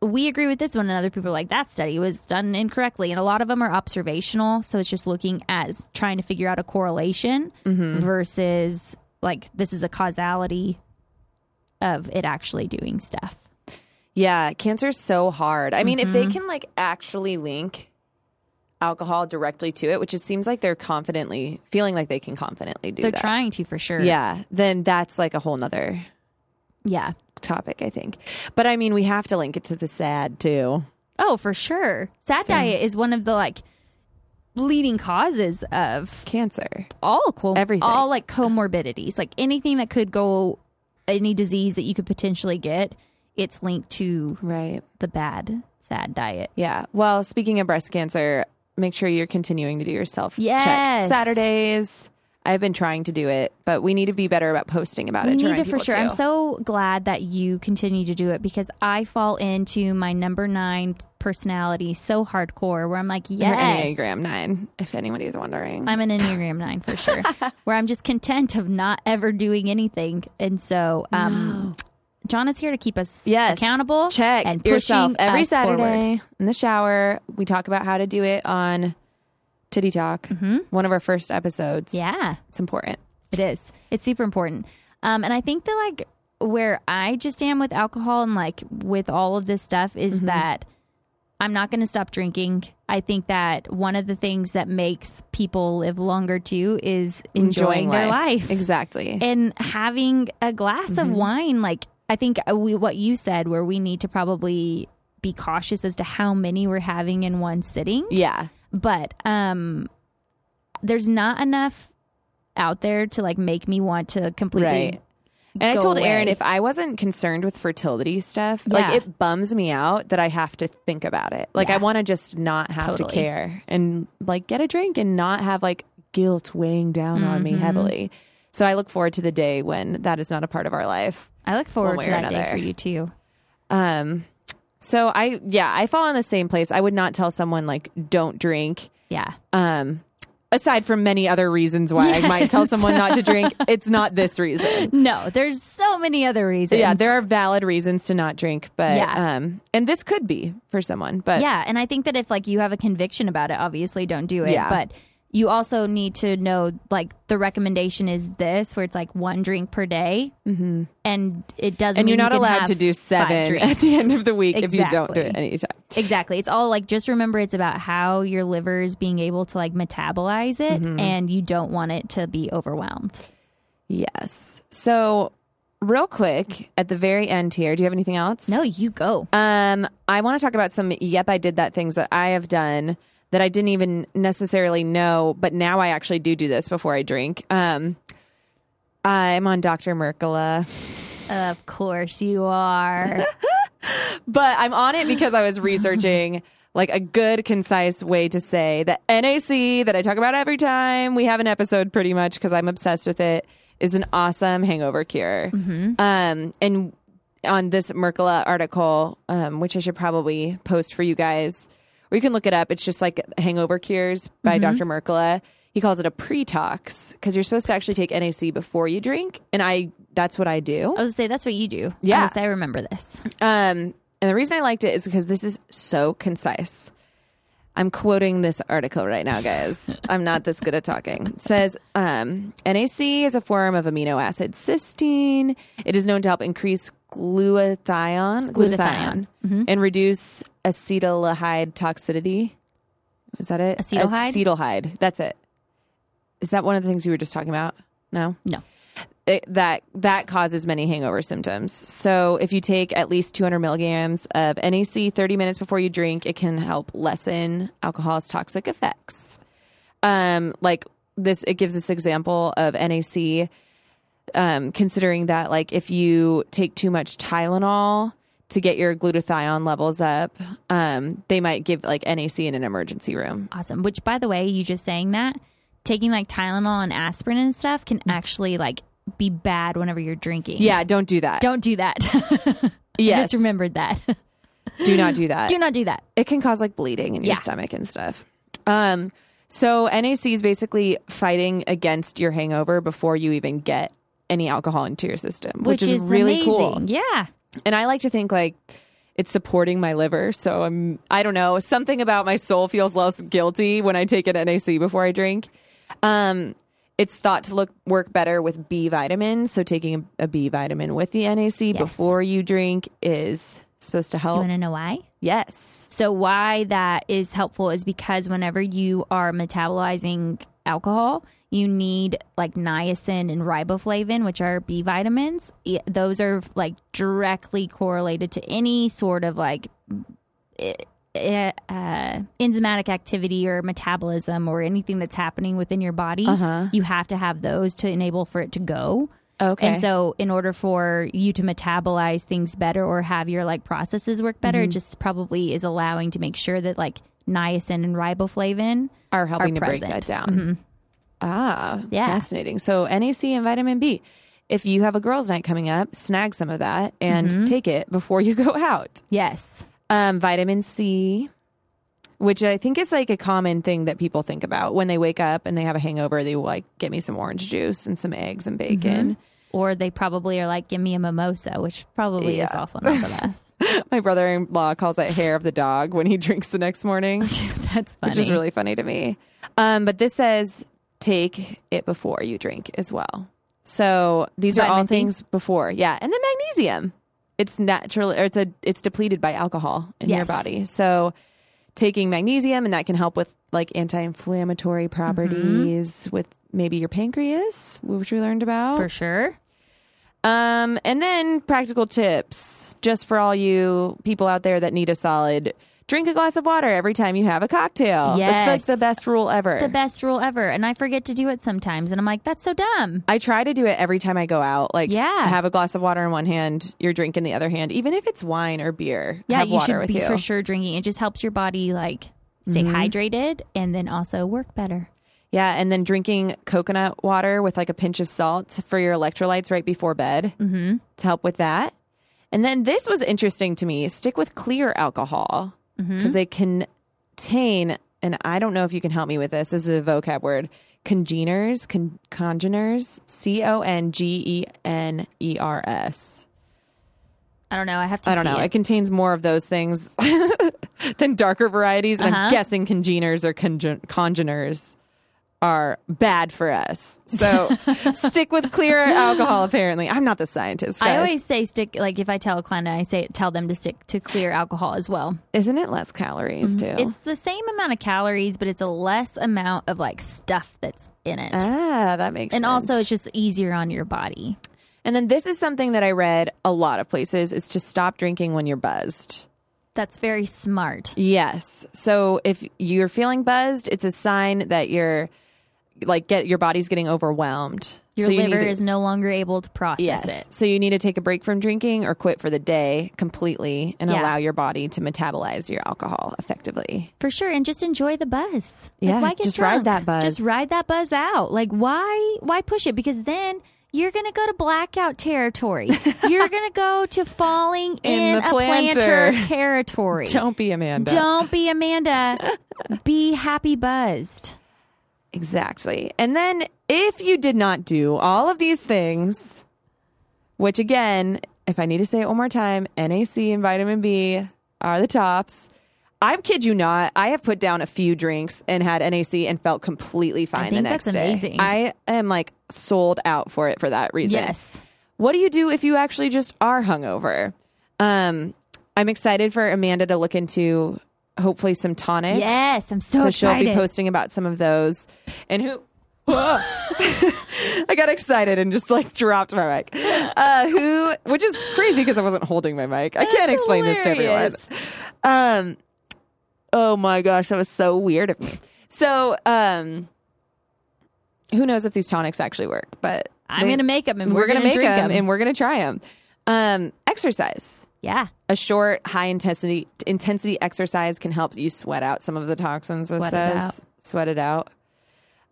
Speaker 1: we agree with this one," and other people are like, "That study was done incorrectly," and a lot of them are observational, so it's just looking at trying to figure out a correlation versus like this is a causality of it actually doing stuff.
Speaker 2: Yeah, cancer's so hard. I mean, if
Speaker 1: Mm-hmm.
Speaker 2: they can like actually link alcohol directly to it, which it seems like they're confidently feeling like they can confidently do
Speaker 1: They're
Speaker 2: that.
Speaker 1: trying to for sure.
Speaker 2: yeah, then that's like a whole nother
Speaker 1: yeah.
Speaker 2: topic, I think. But I mean, we have to link it to the sad too.
Speaker 1: Oh, for sure. Sad diet is one of the like leading causes of
Speaker 2: Cancer.
Speaker 1: all co-
Speaker 2: Everything.
Speaker 1: all like comorbidities, like anything that could go any disease that you could potentially get, it's linked to
Speaker 2: Right.
Speaker 1: the bad sad diet.
Speaker 2: Yeah. Well, speaking of breast cancer, make sure you're continuing to do your self check
Speaker 1: Yes.
Speaker 2: Saturdays. I've been trying to do it, but we need to be better about posting about
Speaker 1: We
Speaker 2: it.
Speaker 1: need
Speaker 2: remind
Speaker 1: to for
Speaker 2: people,
Speaker 1: sure. I'm
Speaker 2: too.
Speaker 1: so glad that you continue to do it because I fall into my number nine personality so hardcore where I'm like,
Speaker 2: I'm
Speaker 1: yes,
Speaker 2: an Enneagram E nine, if anybody's wondering.
Speaker 1: I'm an Enneagram nine for sure, where I'm just content of not ever doing anything. And so, um, John is here to keep us
Speaker 2: Yes.
Speaker 1: accountable.
Speaker 2: Check
Speaker 1: and pushing
Speaker 2: yourself every
Speaker 1: us
Speaker 2: Saturday
Speaker 1: forward.
Speaker 2: in the shower. We talk about how to do it on Titty Talk, one of our first episodes.
Speaker 1: Mm-hmm. Yeah,
Speaker 2: It's important.
Speaker 1: it is. It's super important. Um, and I think that like where I just am with alcohol and like with all of this stuff is that I'm not going to stop drinking. I think that one of the things that makes people live longer too is enjoying, their life.
Speaker 2: Exactly.
Speaker 1: and having a glass of wine like i think we what you said where we need to probably be cautious as to how many we're having in one sitting
Speaker 2: yeah.
Speaker 1: but um there's not enough out there to like make me want to completely
Speaker 2: Right. And I
Speaker 1: go
Speaker 2: told
Speaker 1: away.
Speaker 2: Aaron if I wasn't concerned with fertility stuff,
Speaker 1: Yeah.
Speaker 2: like it bums me out that I have to think about it. Like
Speaker 1: Yeah.
Speaker 2: I want to just not have
Speaker 1: Totally.
Speaker 2: to care and like get a drink and not have like guilt weighing down on
Speaker 1: Mm-hmm.
Speaker 2: me heavily. So I look forward to the day when that is not a part of our life.
Speaker 1: i look forward
Speaker 2: way
Speaker 1: to
Speaker 2: or
Speaker 1: that day
Speaker 2: another.
Speaker 1: for you too
Speaker 2: Um so I yeah, I fall in the same place. I would not tell someone like don't drink.
Speaker 1: yeah
Speaker 2: Um aside from many other reasons why I might tell someone not to drink, it's not this reason.
Speaker 1: no there's so many other reasons
Speaker 2: Yeah, there are valid reasons to not drink, but
Speaker 1: Yeah.
Speaker 2: um, and this could be for someone, but
Speaker 1: Yeah, and I think that if like you have a conviction about it, obviously don't do it.
Speaker 2: Yeah.
Speaker 1: But you also need to know like the recommendation is this, where it's like one drink per day, mm-hmm. and it doesn't.
Speaker 2: and you're
Speaker 1: mean you
Speaker 2: not
Speaker 1: can
Speaker 2: allowed
Speaker 1: have
Speaker 2: to do
Speaker 1: five
Speaker 2: seven
Speaker 1: drinks.
Speaker 2: at the end of the week if you don't
Speaker 1: Exactly.
Speaker 2: do it anytime.
Speaker 1: Exactly. It's all like just remember it's about how your liver is being able to like metabolize it, and you don't want it to be overwhelmed.
Speaker 2: Yes. So, real quick at the very end here, do you have anything else?
Speaker 1: No, you go.
Speaker 2: Um, I want to talk about some yep, I did that things that I have done that I didn't even necessarily know, but now I actually do do this before I drink. Um, I'm on Dr. Mercola.
Speaker 1: Of course you are.
Speaker 2: but I'm on it because I was researching like a good concise way to say that NAC that I talk about every time we have an episode pretty much because I'm obsessed with it is an awesome hangover cure. Um and on this Mercola article um which I should probably post for you guys or you can look it up it's just like hangover cures by Dr. Mercola. He calls it a pre-tox because you're supposed to actually take NAC before you drink and I that's what I do.
Speaker 1: I was gonna say that's what you do.
Speaker 2: Yeah.
Speaker 1: I, was- I remember this.
Speaker 2: Um, and the reason I liked it is because this is so concise. I'm quoting this article right now, guys. I'm not this good at talking. It says um, NAC is a form of amino acid cysteine. It is known to help increase glutathione,
Speaker 1: Glutathione.
Speaker 2: and reduce acetaldehyde toxicity. Is that it?
Speaker 1: Acetaldehyde?
Speaker 2: Acetaldehyde. That's it. Is that one of the things you were just talking about? No
Speaker 1: No.
Speaker 2: it, that that causes many hangover symptoms. So if you take at least 200 milligrams of NAC 30 minutes before you drink, it can help lessen alcohol's toxic effects. Um, like this, it gives this example of NAC. Um, considering that, like, if you take too much Tylenol to get your glutathione levels up, um, they might give like NAC in an emergency room.
Speaker 1: Awesome. Which, by the way, you just saying that taking like Tylenol and aspirin and stuff can actually like be bad whenever you're drinking.
Speaker 2: Yeah, don't do that.
Speaker 1: Don't do that. I
Speaker 2: yes,
Speaker 1: just remembered that.
Speaker 2: do not do that.
Speaker 1: do not do that.
Speaker 2: it can cause like bleeding in your
Speaker 1: Yeah.
Speaker 2: stomach and stuff. Um, so NAC is basically fighting against your hangover before you even get any alcohol into your system, which, is, really cool.
Speaker 1: amazing. Yeah.
Speaker 2: And I like to think like it's supporting my liver, so I'm I don't know something about my soul feels less guilty when I take an NAC before I drink. Um, it's thought to look work better with B vitamins, so taking a B vitamin with the NAC before you drink is supposed to
Speaker 1: You
Speaker 2: help.
Speaker 1: want to know why?
Speaker 2: yes.
Speaker 1: So, why that is helpful is because whenever you are metabolizing alcohol, you need like niacin and riboflavin, which are B vitamins. E- Those are like directly correlated to any sort of like eh, eh, uh, enzymatic activity or metabolism or anything that's happening within your body. You have to have those to enable for it to go.
Speaker 2: Okay.
Speaker 1: And so, in order for you to metabolize things better or have your like processes work better, it just probably is allowing to make sure that like niacin and riboflavin
Speaker 2: are Mm-hmm. helping to break
Speaker 1: present.
Speaker 2: that down. Ah,
Speaker 1: Yeah.
Speaker 2: fascinating. So NAC and vitamin B. If you have a girls' night coming up, snag some of that and take it before you go out.
Speaker 1: Yes.
Speaker 2: Um, vitamin C, which I think is like a common thing that people think about when they wake up and they have a hangover. They will like get me some orange juice and some eggs and bacon.
Speaker 1: Or they probably are like, give me a mimosa, which probably is
Speaker 2: Yeah.
Speaker 1: also not the best.
Speaker 2: My brother-in-law calls it hair of the dog when he drinks the next morning.
Speaker 1: That's funny.
Speaker 2: which is really funny to me. Um, but this says take it before you drink as well. So these are all
Speaker 1: Vitamin C?
Speaker 2: things before, yeah, and then magnesium. It's natural, or it's a it's depleted by alcohol in your
Speaker 1: Yes.
Speaker 2: body. So taking magnesium and that can help with like anti-inflammatory
Speaker 1: Mm-hmm.
Speaker 2: properties with maybe your pancreas, which we learned about.
Speaker 1: for sure.
Speaker 2: Um, and then practical tips just for all you people out there that need a solid drink a glass of water every time you have a cocktail. That's like
Speaker 1: Yes.
Speaker 2: the best rule ever.
Speaker 1: The best rule ever. And I forget to do it sometimes. And I'm like, that's so dumb.
Speaker 2: I try to do it every time I go out. Like,
Speaker 1: Yeah.
Speaker 2: have a glass of water in one hand, your drink in the other hand, even if it's wine or beer.
Speaker 1: Yeah,
Speaker 2: have
Speaker 1: you
Speaker 2: water
Speaker 1: should
Speaker 2: with
Speaker 1: be
Speaker 2: you.
Speaker 1: for sure drinking. It just helps your body like stay hydrated and then also work better.
Speaker 2: Yeah, and then drinking coconut water with like a pinch of salt for your electrolytes right before bed mm-hmm. to help with that. And then this was interesting to me. Stick with clear alcohol because they contain, and I don't know if you can help me with this. This is a vocab word: congeners, con- congeners, C O N G E N E R S.
Speaker 1: I don't know. I have to
Speaker 2: I don't
Speaker 1: see
Speaker 2: know. It.
Speaker 1: It.
Speaker 2: contains more of those things than darker varieties. And
Speaker 1: Uh-huh.
Speaker 2: I'm guessing congeners or congen- congeners are bad for us. So stick with clear alcohol, apparently. I'm not the scientist.
Speaker 1: I
Speaker 2: guys.
Speaker 1: always say stick like if I tell a client I say tell them to stick to clear alcohol as well.
Speaker 2: Isn't it less calories, too?
Speaker 1: Mm-hmm. It's the same amount of calories, but it's a less amount of like stuff that's in it.
Speaker 2: ah, that makes
Speaker 1: and
Speaker 2: sense.
Speaker 1: also it's just easier on your body.
Speaker 2: and then this is something that I read a lot of places is to stop drinking when you're buzzed.
Speaker 1: That's very smart.
Speaker 2: Yes. So if you're feeling buzzed, it's a sign that you're like get your body's getting overwhelmed.
Speaker 1: Your
Speaker 2: So you need
Speaker 1: liver
Speaker 2: to-
Speaker 1: is no longer able to process it.
Speaker 2: So you need to take a break from drinking or quit for the day completely and
Speaker 1: Yeah.
Speaker 2: allow your body to metabolize your alcohol effectively.
Speaker 1: For sure, and just enjoy the buzz.
Speaker 2: Yeah,
Speaker 1: like, why get
Speaker 2: just
Speaker 1: drunk?
Speaker 2: ride that buzz.
Speaker 1: Just ride that buzz out. Like, why? Why push it? Because then you're gonna go to blackout territory. you're gonna go to falling in,
Speaker 2: In the
Speaker 1: a planter,
Speaker 2: planter.
Speaker 1: territory.
Speaker 2: Don't be Amanda.
Speaker 1: Don't be Amanda. be happy buzzed.
Speaker 2: Exactly. And then if you did not do all of these things, which again, if I need to say it one more time, NAC and vitamin B are the tops. I kid you not. I have put down a few drinks and had NAC and felt completely fine the
Speaker 1: think
Speaker 2: next
Speaker 1: that's
Speaker 2: day.
Speaker 1: amazing.
Speaker 2: I am like sold out for it for that reason.
Speaker 1: Yes.
Speaker 2: What do you do if you actually just are hungover? Um, I'm excited for Amanda to look into hopefully some tonics.
Speaker 1: Yes, I'm so
Speaker 2: she'll be
Speaker 1: excited.
Speaker 2: posting about some of those. And who? I got excited and just like dropped my mic. Uh, who? Which is crazy because I wasn't holding my mic. I can't explain this
Speaker 1: hilarious.
Speaker 2: to everyone. Um. Oh my gosh, that was so weird of me. So, um, who knows if these tonics actually work? But
Speaker 1: I'm
Speaker 2: they-
Speaker 1: gonna make them, and
Speaker 2: we're,
Speaker 1: we're,
Speaker 2: gonna, make
Speaker 1: drink 'em.
Speaker 2: them, and we're gonna try them. Um, exercise.
Speaker 1: yeah,
Speaker 2: A short, high intensity intensity exercise can help you sweat out some of the toxins. This
Speaker 1: Sweat it
Speaker 2: says
Speaker 1: out.
Speaker 2: sweat it out.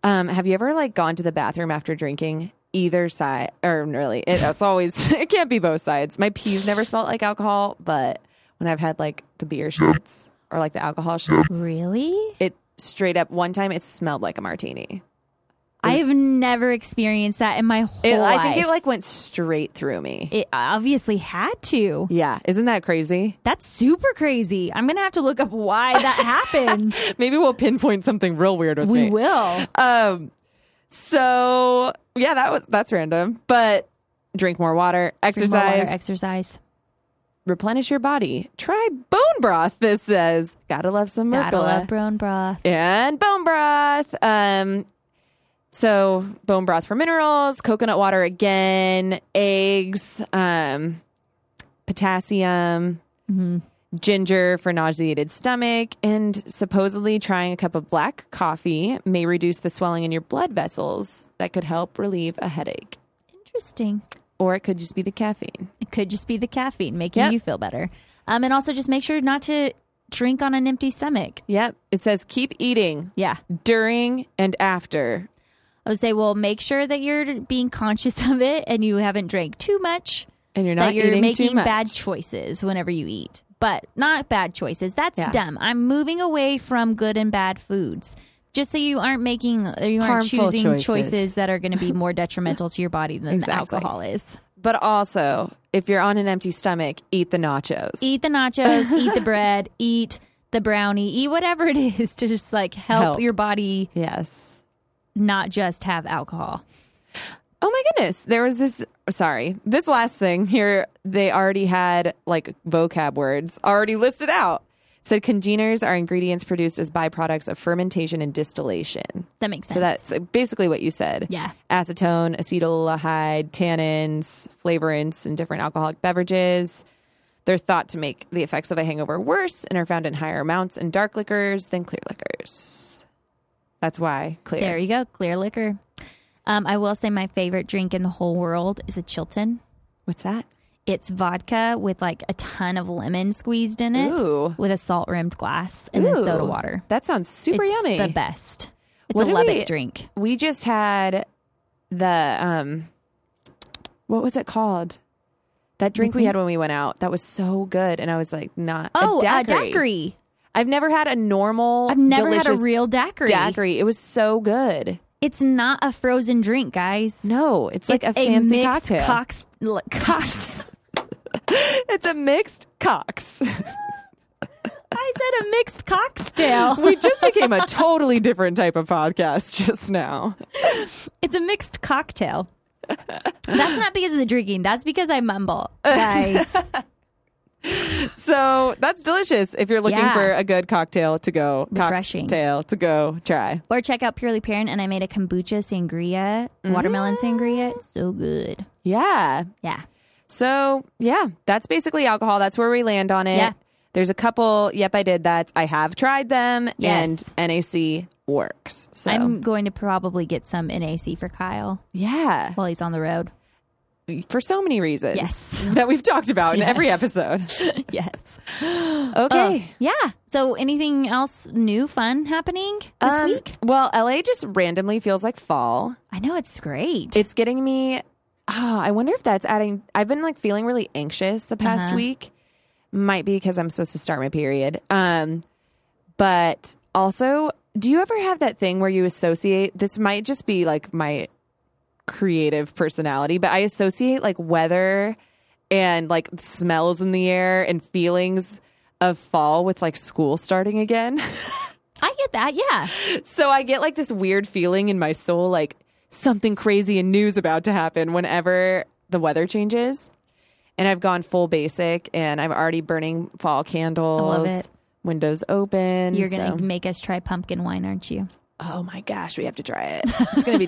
Speaker 2: Um, have you ever like gone to the bathroom after drinking either side, or really? It, it's always it can't be both sides. My peas never smelled like alcohol, but when I've had like the beer shots or like the alcohol shots,
Speaker 1: really.
Speaker 2: it straight up one time it smelled like a martini.
Speaker 1: I have never experienced that in my whole
Speaker 2: It,
Speaker 1: life.
Speaker 2: I think it like went straight through me.
Speaker 1: it obviously had to.
Speaker 2: yeah, isn't that crazy?
Speaker 1: That's super crazy. I'm going to have to look up why that happened.
Speaker 2: Maybe we'll pinpoint something real weird with
Speaker 1: we
Speaker 2: me.
Speaker 1: will.
Speaker 2: Um, so yeah, that was that's random, but drink more water,
Speaker 1: Drink
Speaker 2: exercise,
Speaker 1: more water, exercise.
Speaker 2: replenish your body. Try bone broth. This says gotta love some
Speaker 1: Gotta
Speaker 2: Mercola.
Speaker 1: love brown broth.
Speaker 2: and bone broth. Um, so bone broth for minerals, coconut water again, eggs, um, potassium,
Speaker 1: Mm-hmm.
Speaker 2: ginger for nauseated stomach, and supposedly trying a cup of black coffee may reduce the swelling in your blood vessels. That could help relieve a headache,
Speaker 1: Interesting.
Speaker 2: or it could just be the caffeine.
Speaker 1: It could just be the caffeine making
Speaker 2: Yep.
Speaker 1: you feel better. Um, and also just make sure not to drink on an empty stomach.
Speaker 2: Yep, it says keep eating
Speaker 1: Yeah.
Speaker 2: during and after
Speaker 1: I would say, well, make sure that you're being conscious of it and you haven't drank too much.
Speaker 2: And you're not
Speaker 1: that you're
Speaker 2: eating
Speaker 1: making
Speaker 2: too much.
Speaker 1: bad choices whenever you eat. But not bad choices. That's
Speaker 2: Yeah.
Speaker 1: dumb. I'm moving away from good and bad foods. Just so you aren't making, you aren't
Speaker 2: Harmful
Speaker 1: choosing
Speaker 2: choices.
Speaker 1: choices. that are going to be more detrimental to your body than
Speaker 2: Exactly.
Speaker 1: alcohol is.
Speaker 2: But also, if you're on an empty stomach, eat the nachos.
Speaker 1: Eat the nachos, eat the bread, eat the brownie, eat whatever it is to just like help,
Speaker 2: Help.
Speaker 1: your body
Speaker 2: yes.
Speaker 1: not just have alcohol.
Speaker 2: Oh my goodness. There was this sorry. This last thing here they already had like vocab words already listed out. It said congeners are ingredients produced as byproducts of fermentation and distillation.
Speaker 1: That makes sense.
Speaker 2: So that's basically what you said.
Speaker 1: Yeah.
Speaker 2: Acetone, acetaldehyde, tannins, flavorants, and different alcoholic beverages. They're thought to make the effects of a hangover worse and are found in higher amounts in dark liquors than clear liquors. That's why clear.
Speaker 1: There you go, clear liquor. Um, I will say my favorite drink in the whole world is a Chilton.
Speaker 2: What's that?
Speaker 1: It's vodka with like a ton of lemon squeezed in it,
Speaker 2: Ooh.
Speaker 1: with a salt rimmed glass and then
Speaker 2: Ooh.
Speaker 1: soda water.
Speaker 2: That sounds super
Speaker 1: it's
Speaker 2: yummy.
Speaker 1: the best. It's
Speaker 2: What
Speaker 1: a
Speaker 2: did
Speaker 1: Lubbock
Speaker 2: we-
Speaker 1: drink.
Speaker 2: we just had the um what was it called that drink we had when we went out that was so good and i was like not
Speaker 1: Mm-hmm. Oh,
Speaker 2: a daiquiri,
Speaker 1: daiquiri.
Speaker 2: i've never had a normal
Speaker 1: I've never had
Speaker 2: delicious
Speaker 1: a real daiquiri.
Speaker 2: daiquiri it was so good
Speaker 1: It's not a frozen drink, guys.
Speaker 2: no it's like
Speaker 1: It's
Speaker 2: a fancy
Speaker 1: mixed
Speaker 2: cocktail
Speaker 1: Cox, l- cox.
Speaker 2: it's a mixed cox
Speaker 1: I said a mixed cocktail.
Speaker 2: we just became a totally different type of podcast just now
Speaker 1: It's a mixed cocktail. That's not because of the drinking. That's because I mumble, guys.
Speaker 2: so that's delicious if you're looking
Speaker 1: Yeah.
Speaker 2: for a good cocktail to go
Speaker 1: Refreshing.
Speaker 2: cocktail to go try
Speaker 1: Or check out Purely Parent, and I made a kombucha sangria,
Speaker 2: Mm.
Speaker 1: watermelon sangria. It's so good.
Speaker 2: yeah
Speaker 1: Yeah.
Speaker 2: So yeah, that's basically alcohol. That's where we land on it.
Speaker 1: Yeah.
Speaker 2: There's a couple. Yep, I did that. I have tried them,
Speaker 1: Yes.
Speaker 2: and NAC works. So
Speaker 1: I'm going to probably get some NAC for Kyle
Speaker 2: yeah,
Speaker 1: while he's on the road.
Speaker 2: for so many reasons.
Speaker 1: Yes.
Speaker 2: that we've talked about in every
Speaker 1: Yes.
Speaker 2: episode.
Speaker 1: yes.
Speaker 2: Okay.
Speaker 1: Yeah. So, anything else new, fun happening this
Speaker 2: Um,
Speaker 1: week?
Speaker 2: Well, LA just randomly feels like fall.
Speaker 1: I know it's great.
Speaker 2: It's getting me. Oh, I wonder if that's adding. I've been like feeling really anxious the past
Speaker 1: Uh-huh.
Speaker 2: week. Might be because I'm supposed to start my period. Um, but also, do you ever have that thing where you associate? This might just be like my creative personality, but I associate like weather and like smells in the air and feelings of fall with like school starting again.
Speaker 1: I get that. Yeah.
Speaker 2: So I get like this weird feeling in my soul, like something crazy and news about to happen whenever the weather changes. And I've gone full basic, and I'm already burning fall candles.
Speaker 1: it.
Speaker 2: Windows open.
Speaker 1: You're going to
Speaker 2: so-
Speaker 1: make us try pumpkin wine, aren't you?
Speaker 2: Oh my gosh, we have to try it. It's gonna be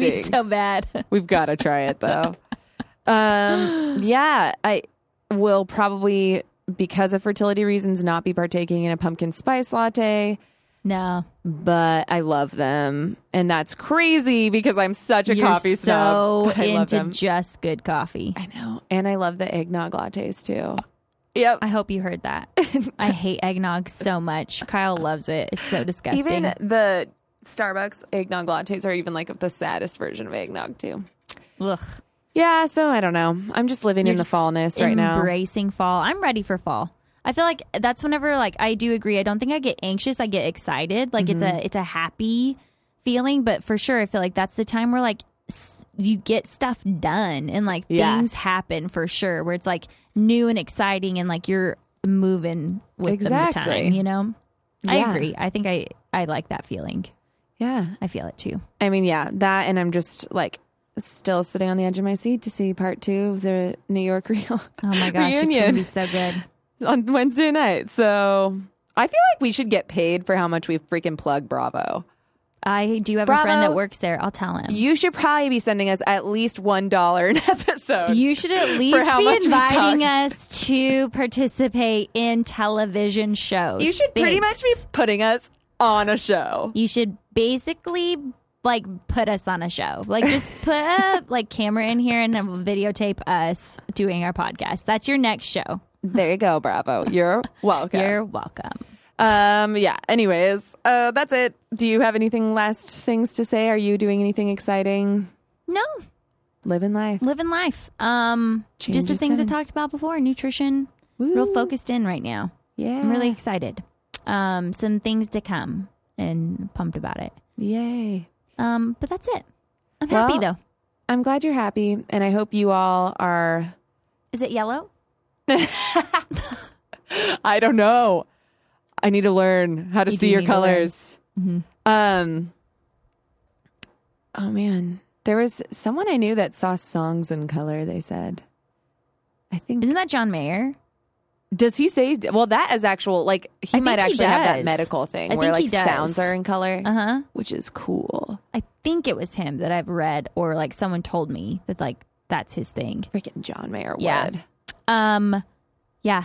Speaker 1: Be so bad.
Speaker 2: We've got to try it though. um, yeah, I will probably because of fertility reasons not be partaking in a pumpkin spice latte.
Speaker 1: no.
Speaker 2: but I love them, and that's crazy because I'm such a
Speaker 1: You're
Speaker 2: coffee
Speaker 1: so
Speaker 2: snob. but I love
Speaker 1: into
Speaker 2: them.
Speaker 1: just good coffee.
Speaker 2: I know, and I love the eggnog lattes too. Yep.
Speaker 1: I hope you heard that. I hate eggnog so much. Kyle loves it. It's so disgusting.
Speaker 2: even the Starbucks eggnog lattes are even like the saddest version of eggnog too.
Speaker 1: Ugh.
Speaker 2: Yeah, so I don't know. I'm just living in the
Speaker 1: just
Speaker 2: fallness right now.
Speaker 1: Embracing fall. I'm ready for fall. I feel like that's whenever like I do agree. I don't think I get anxious. I get excited. Like it's a it's a happy feeling, but for sure I feel like that's the time where like s- you get stuff done and like
Speaker 2: Yeah.
Speaker 1: things happen for sure where it's like new and exciting and like you're moving with the
Speaker 2: Exactly.
Speaker 1: time, you know?
Speaker 2: Yeah.
Speaker 1: I agree. I think I I like that feeling.
Speaker 2: Yeah,
Speaker 1: I feel it too.
Speaker 2: I mean, yeah, that, and I'm just like still sitting on the edge of my seat to see part two of the New York Reel.
Speaker 1: Oh my gosh, it's gonna
Speaker 2: Reunion.
Speaker 1: be so good.
Speaker 2: on Wednesday night. So I feel like we should get paid for how much we freaking plug Bravo.
Speaker 1: I do have a friend
Speaker 2: Bravo.
Speaker 1: that works there. I'll tell him.
Speaker 2: You should probably be sending us at least one dollar an episode.
Speaker 1: You should at least
Speaker 2: how
Speaker 1: be
Speaker 2: much we
Speaker 1: inviting
Speaker 2: talk.
Speaker 1: us to participate in television shows.
Speaker 2: You should pretty much
Speaker 1: Thanks.
Speaker 2: be putting us on a show.
Speaker 1: You should basically like put us on a show. Like just put a like camera in here and then videotape us doing our podcast. That's your next show.
Speaker 2: There you go, Bravo. You're welcome.
Speaker 1: You're welcome.
Speaker 2: Um, yeah. Anyways, uh, that's it. Do you have anything last things to say? Are you doing anything exciting?
Speaker 1: No,
Speaker 2: Living life.
Speaker 1: living life. Um,
Speaker 2: Change
Speaker 1: just the
Speaker 2: is
Speaker 1: things I
Speaker 2: coming.
Speaker 1: talked about before. Nutrition, real
Speaker 2: Woo.
Speaker 1: focused in right now.
Speaker 2: Yeah.
Speaker 1: I'm really excited. Um, some things to come, and pumped about it.
Speaker 2: Yay.
Speaker 1: Um, but that's it. I'm
Speaker 2: Well-
Speaker 1: happy though.
Speaker 2: I'm glad you're happy, and I hope you all are.
Speaker 1: Is it yellow?
Speaker 2: I don't know. I need to learn how to
Speaker 1: You
Speaker 2: see
Speaker 1: do
Speaker 2: your
Speaker 1: need to learn. Mm-hmm.
Speaker 2: colors. Um. Oh man, there was someone I knew that saw songs in color. They said, I think
Speaker 1: Isn't that John Mayer?
Speaker 2: Does he say? Well, that is actual. Like he
Speaker 1: think
Speaker 2: might
Speaker 1: he
Speaker 2: actually have that
Speaker 1: does.
Speaker 2: medical thing
Speaker 1: I
Speaker 2: where
Speaker 1: think
Speaker 2: like
Speaker 1: he does.
Speaker 2: sounds are in color,
Speaker 1: Uh huh.
Speaker 2: which is cool.
Speaker 1: I think it was him that I've read, or like someone told me that like that's his thing.
Speaker 2: Freaking John Mayer
Speaker 1: Yeah.
Speaker 2: would.
Speaker 1: Um, yeah,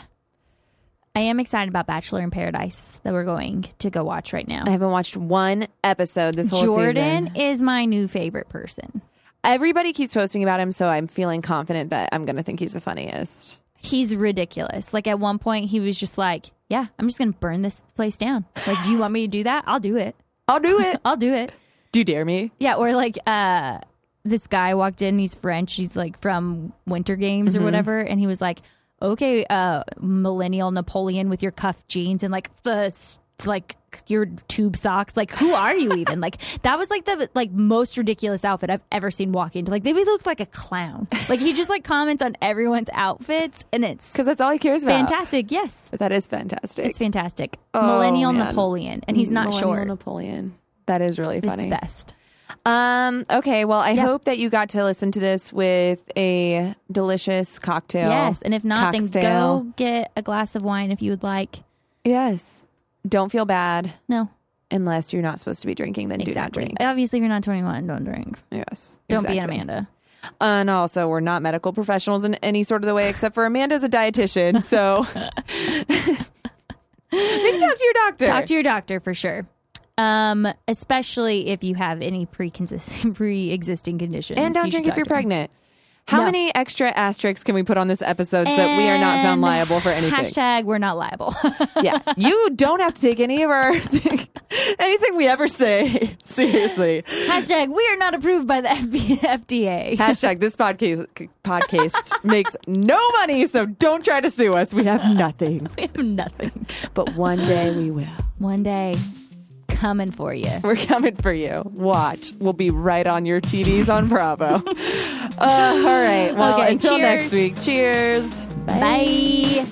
Speaker 1: I am excited about Bachelor in Paradise that we're going to go watch right now.
Speaker 2: I haven't watched one episode this whole
Speaker 1: Jordan
Speaker 2: season.
Speaker 1: is my new favorite person.
Speaker 2: Everybody keeps posting about him, so I'm feeling confident that I'm gonna think he's the funniest.
Speaker 1: He's ridiculous. Like at one point, he was just like, "Yeah, I'm just gonna burn this place down. Like, do you want me to do that? I'll do it.
Speaker 2: I'll do it.
Speaker 1: I'll do it."
Speaker 2: do you dare me?
Speaker 1: Yeah, or like uh this guy walked in, he's French, he's like from Winter Games
Speaker 2: Mm-hmm.
Speaker 1: or whatever, and he was like, Okay, uh millennial Napoleon with your cuff jeans and like the s- like your tube socks. Like, who are you even? like that was like the like most ridiculous outfit I've ever seen walk into. Like they looked like a clown. Like he just like comments on everyone's outfits and it's
Speaker 2: Because that's all he cares about.
Speaker 1: fantastic. Yes.
Speaker 2: That is fantastic.
Speaker 1: It's fantastic.
Speaker 2: uh, Oh,
Speaker 1: millennial
Speaker 2: man.
Speaker 1: Napoleon. And he's not
Speaker 2: Millennial
Speaker 1: short.
Speaker 2: Napoleon. That is really
Speaker 1: It's
Speaker 2: funny.
Speaker 1: best.
Speaker 2: Um. Okay. Well, I
Speaker 1: Yeah.
Speaker 2: hope that you got to listen to this with a delicious cocktail.
Speaker 1: Yes, and if not, then
Speaker 2: Cocktail.
Speaker 1: go get a glass of wine if you would like.
Speaker 2: Yes. Don't feel bad
Speaker 1: No,
Speaker 2: unless you're not supposed to be drinking. Then do not
Speaker 1: exactly.
Speaker 2: drink.
Speaker 1: Obviously, if you're not 21, don't drink.
Speaker 2: Yes.
Speaker 1: Don't be an
Speaker 2: exactly.
Speaker 1: Amanda.
Speaker 2: And also, we're not medical professionals in any sort of the way, except for Amanda's a dietitian. So maybe talk to your doctor.
Speaker 1: Talk to your doctor for sure. Um, especially if you have any pre-consist- pre-existing conditions,
Speaker 2: and don't
Speaker 1: you should
Speaker 2: drink if
Speaker 1: talk
Speaker 2: you're
Speaker 1: to them.
Speaker 2: pregnant. How
Speaker 1: No.
Speaker 2: many extra asterisks can we put on this episode so that we are not found
Speaker 1: And
Speaker 2: liable for anything?
Speaker 1: Hashtag we're not liable.
Speaker 2: yeah, you don't have to take any of our anything we ever say seriously.
Speaker 1: hashtag we are not approved by the FB- FDA.
Speaker 2: Hashtag this podcast podcast makes no money, so don't try to sue us. We have nothing,
Speaker 1: we have nothing.
Speaker 2: but one day we will.
Speaker 1: One day, coming for you.
Speaker 2: We're coming for you. Watch, we'll be right on your TVs on Bravo. Uh, all right. Well,
Speaker 1: Okay,
Speaker 2: until next
Speaker 1: cheers.
Speaker 2: week. Cheers.
Speaker 1: Bye.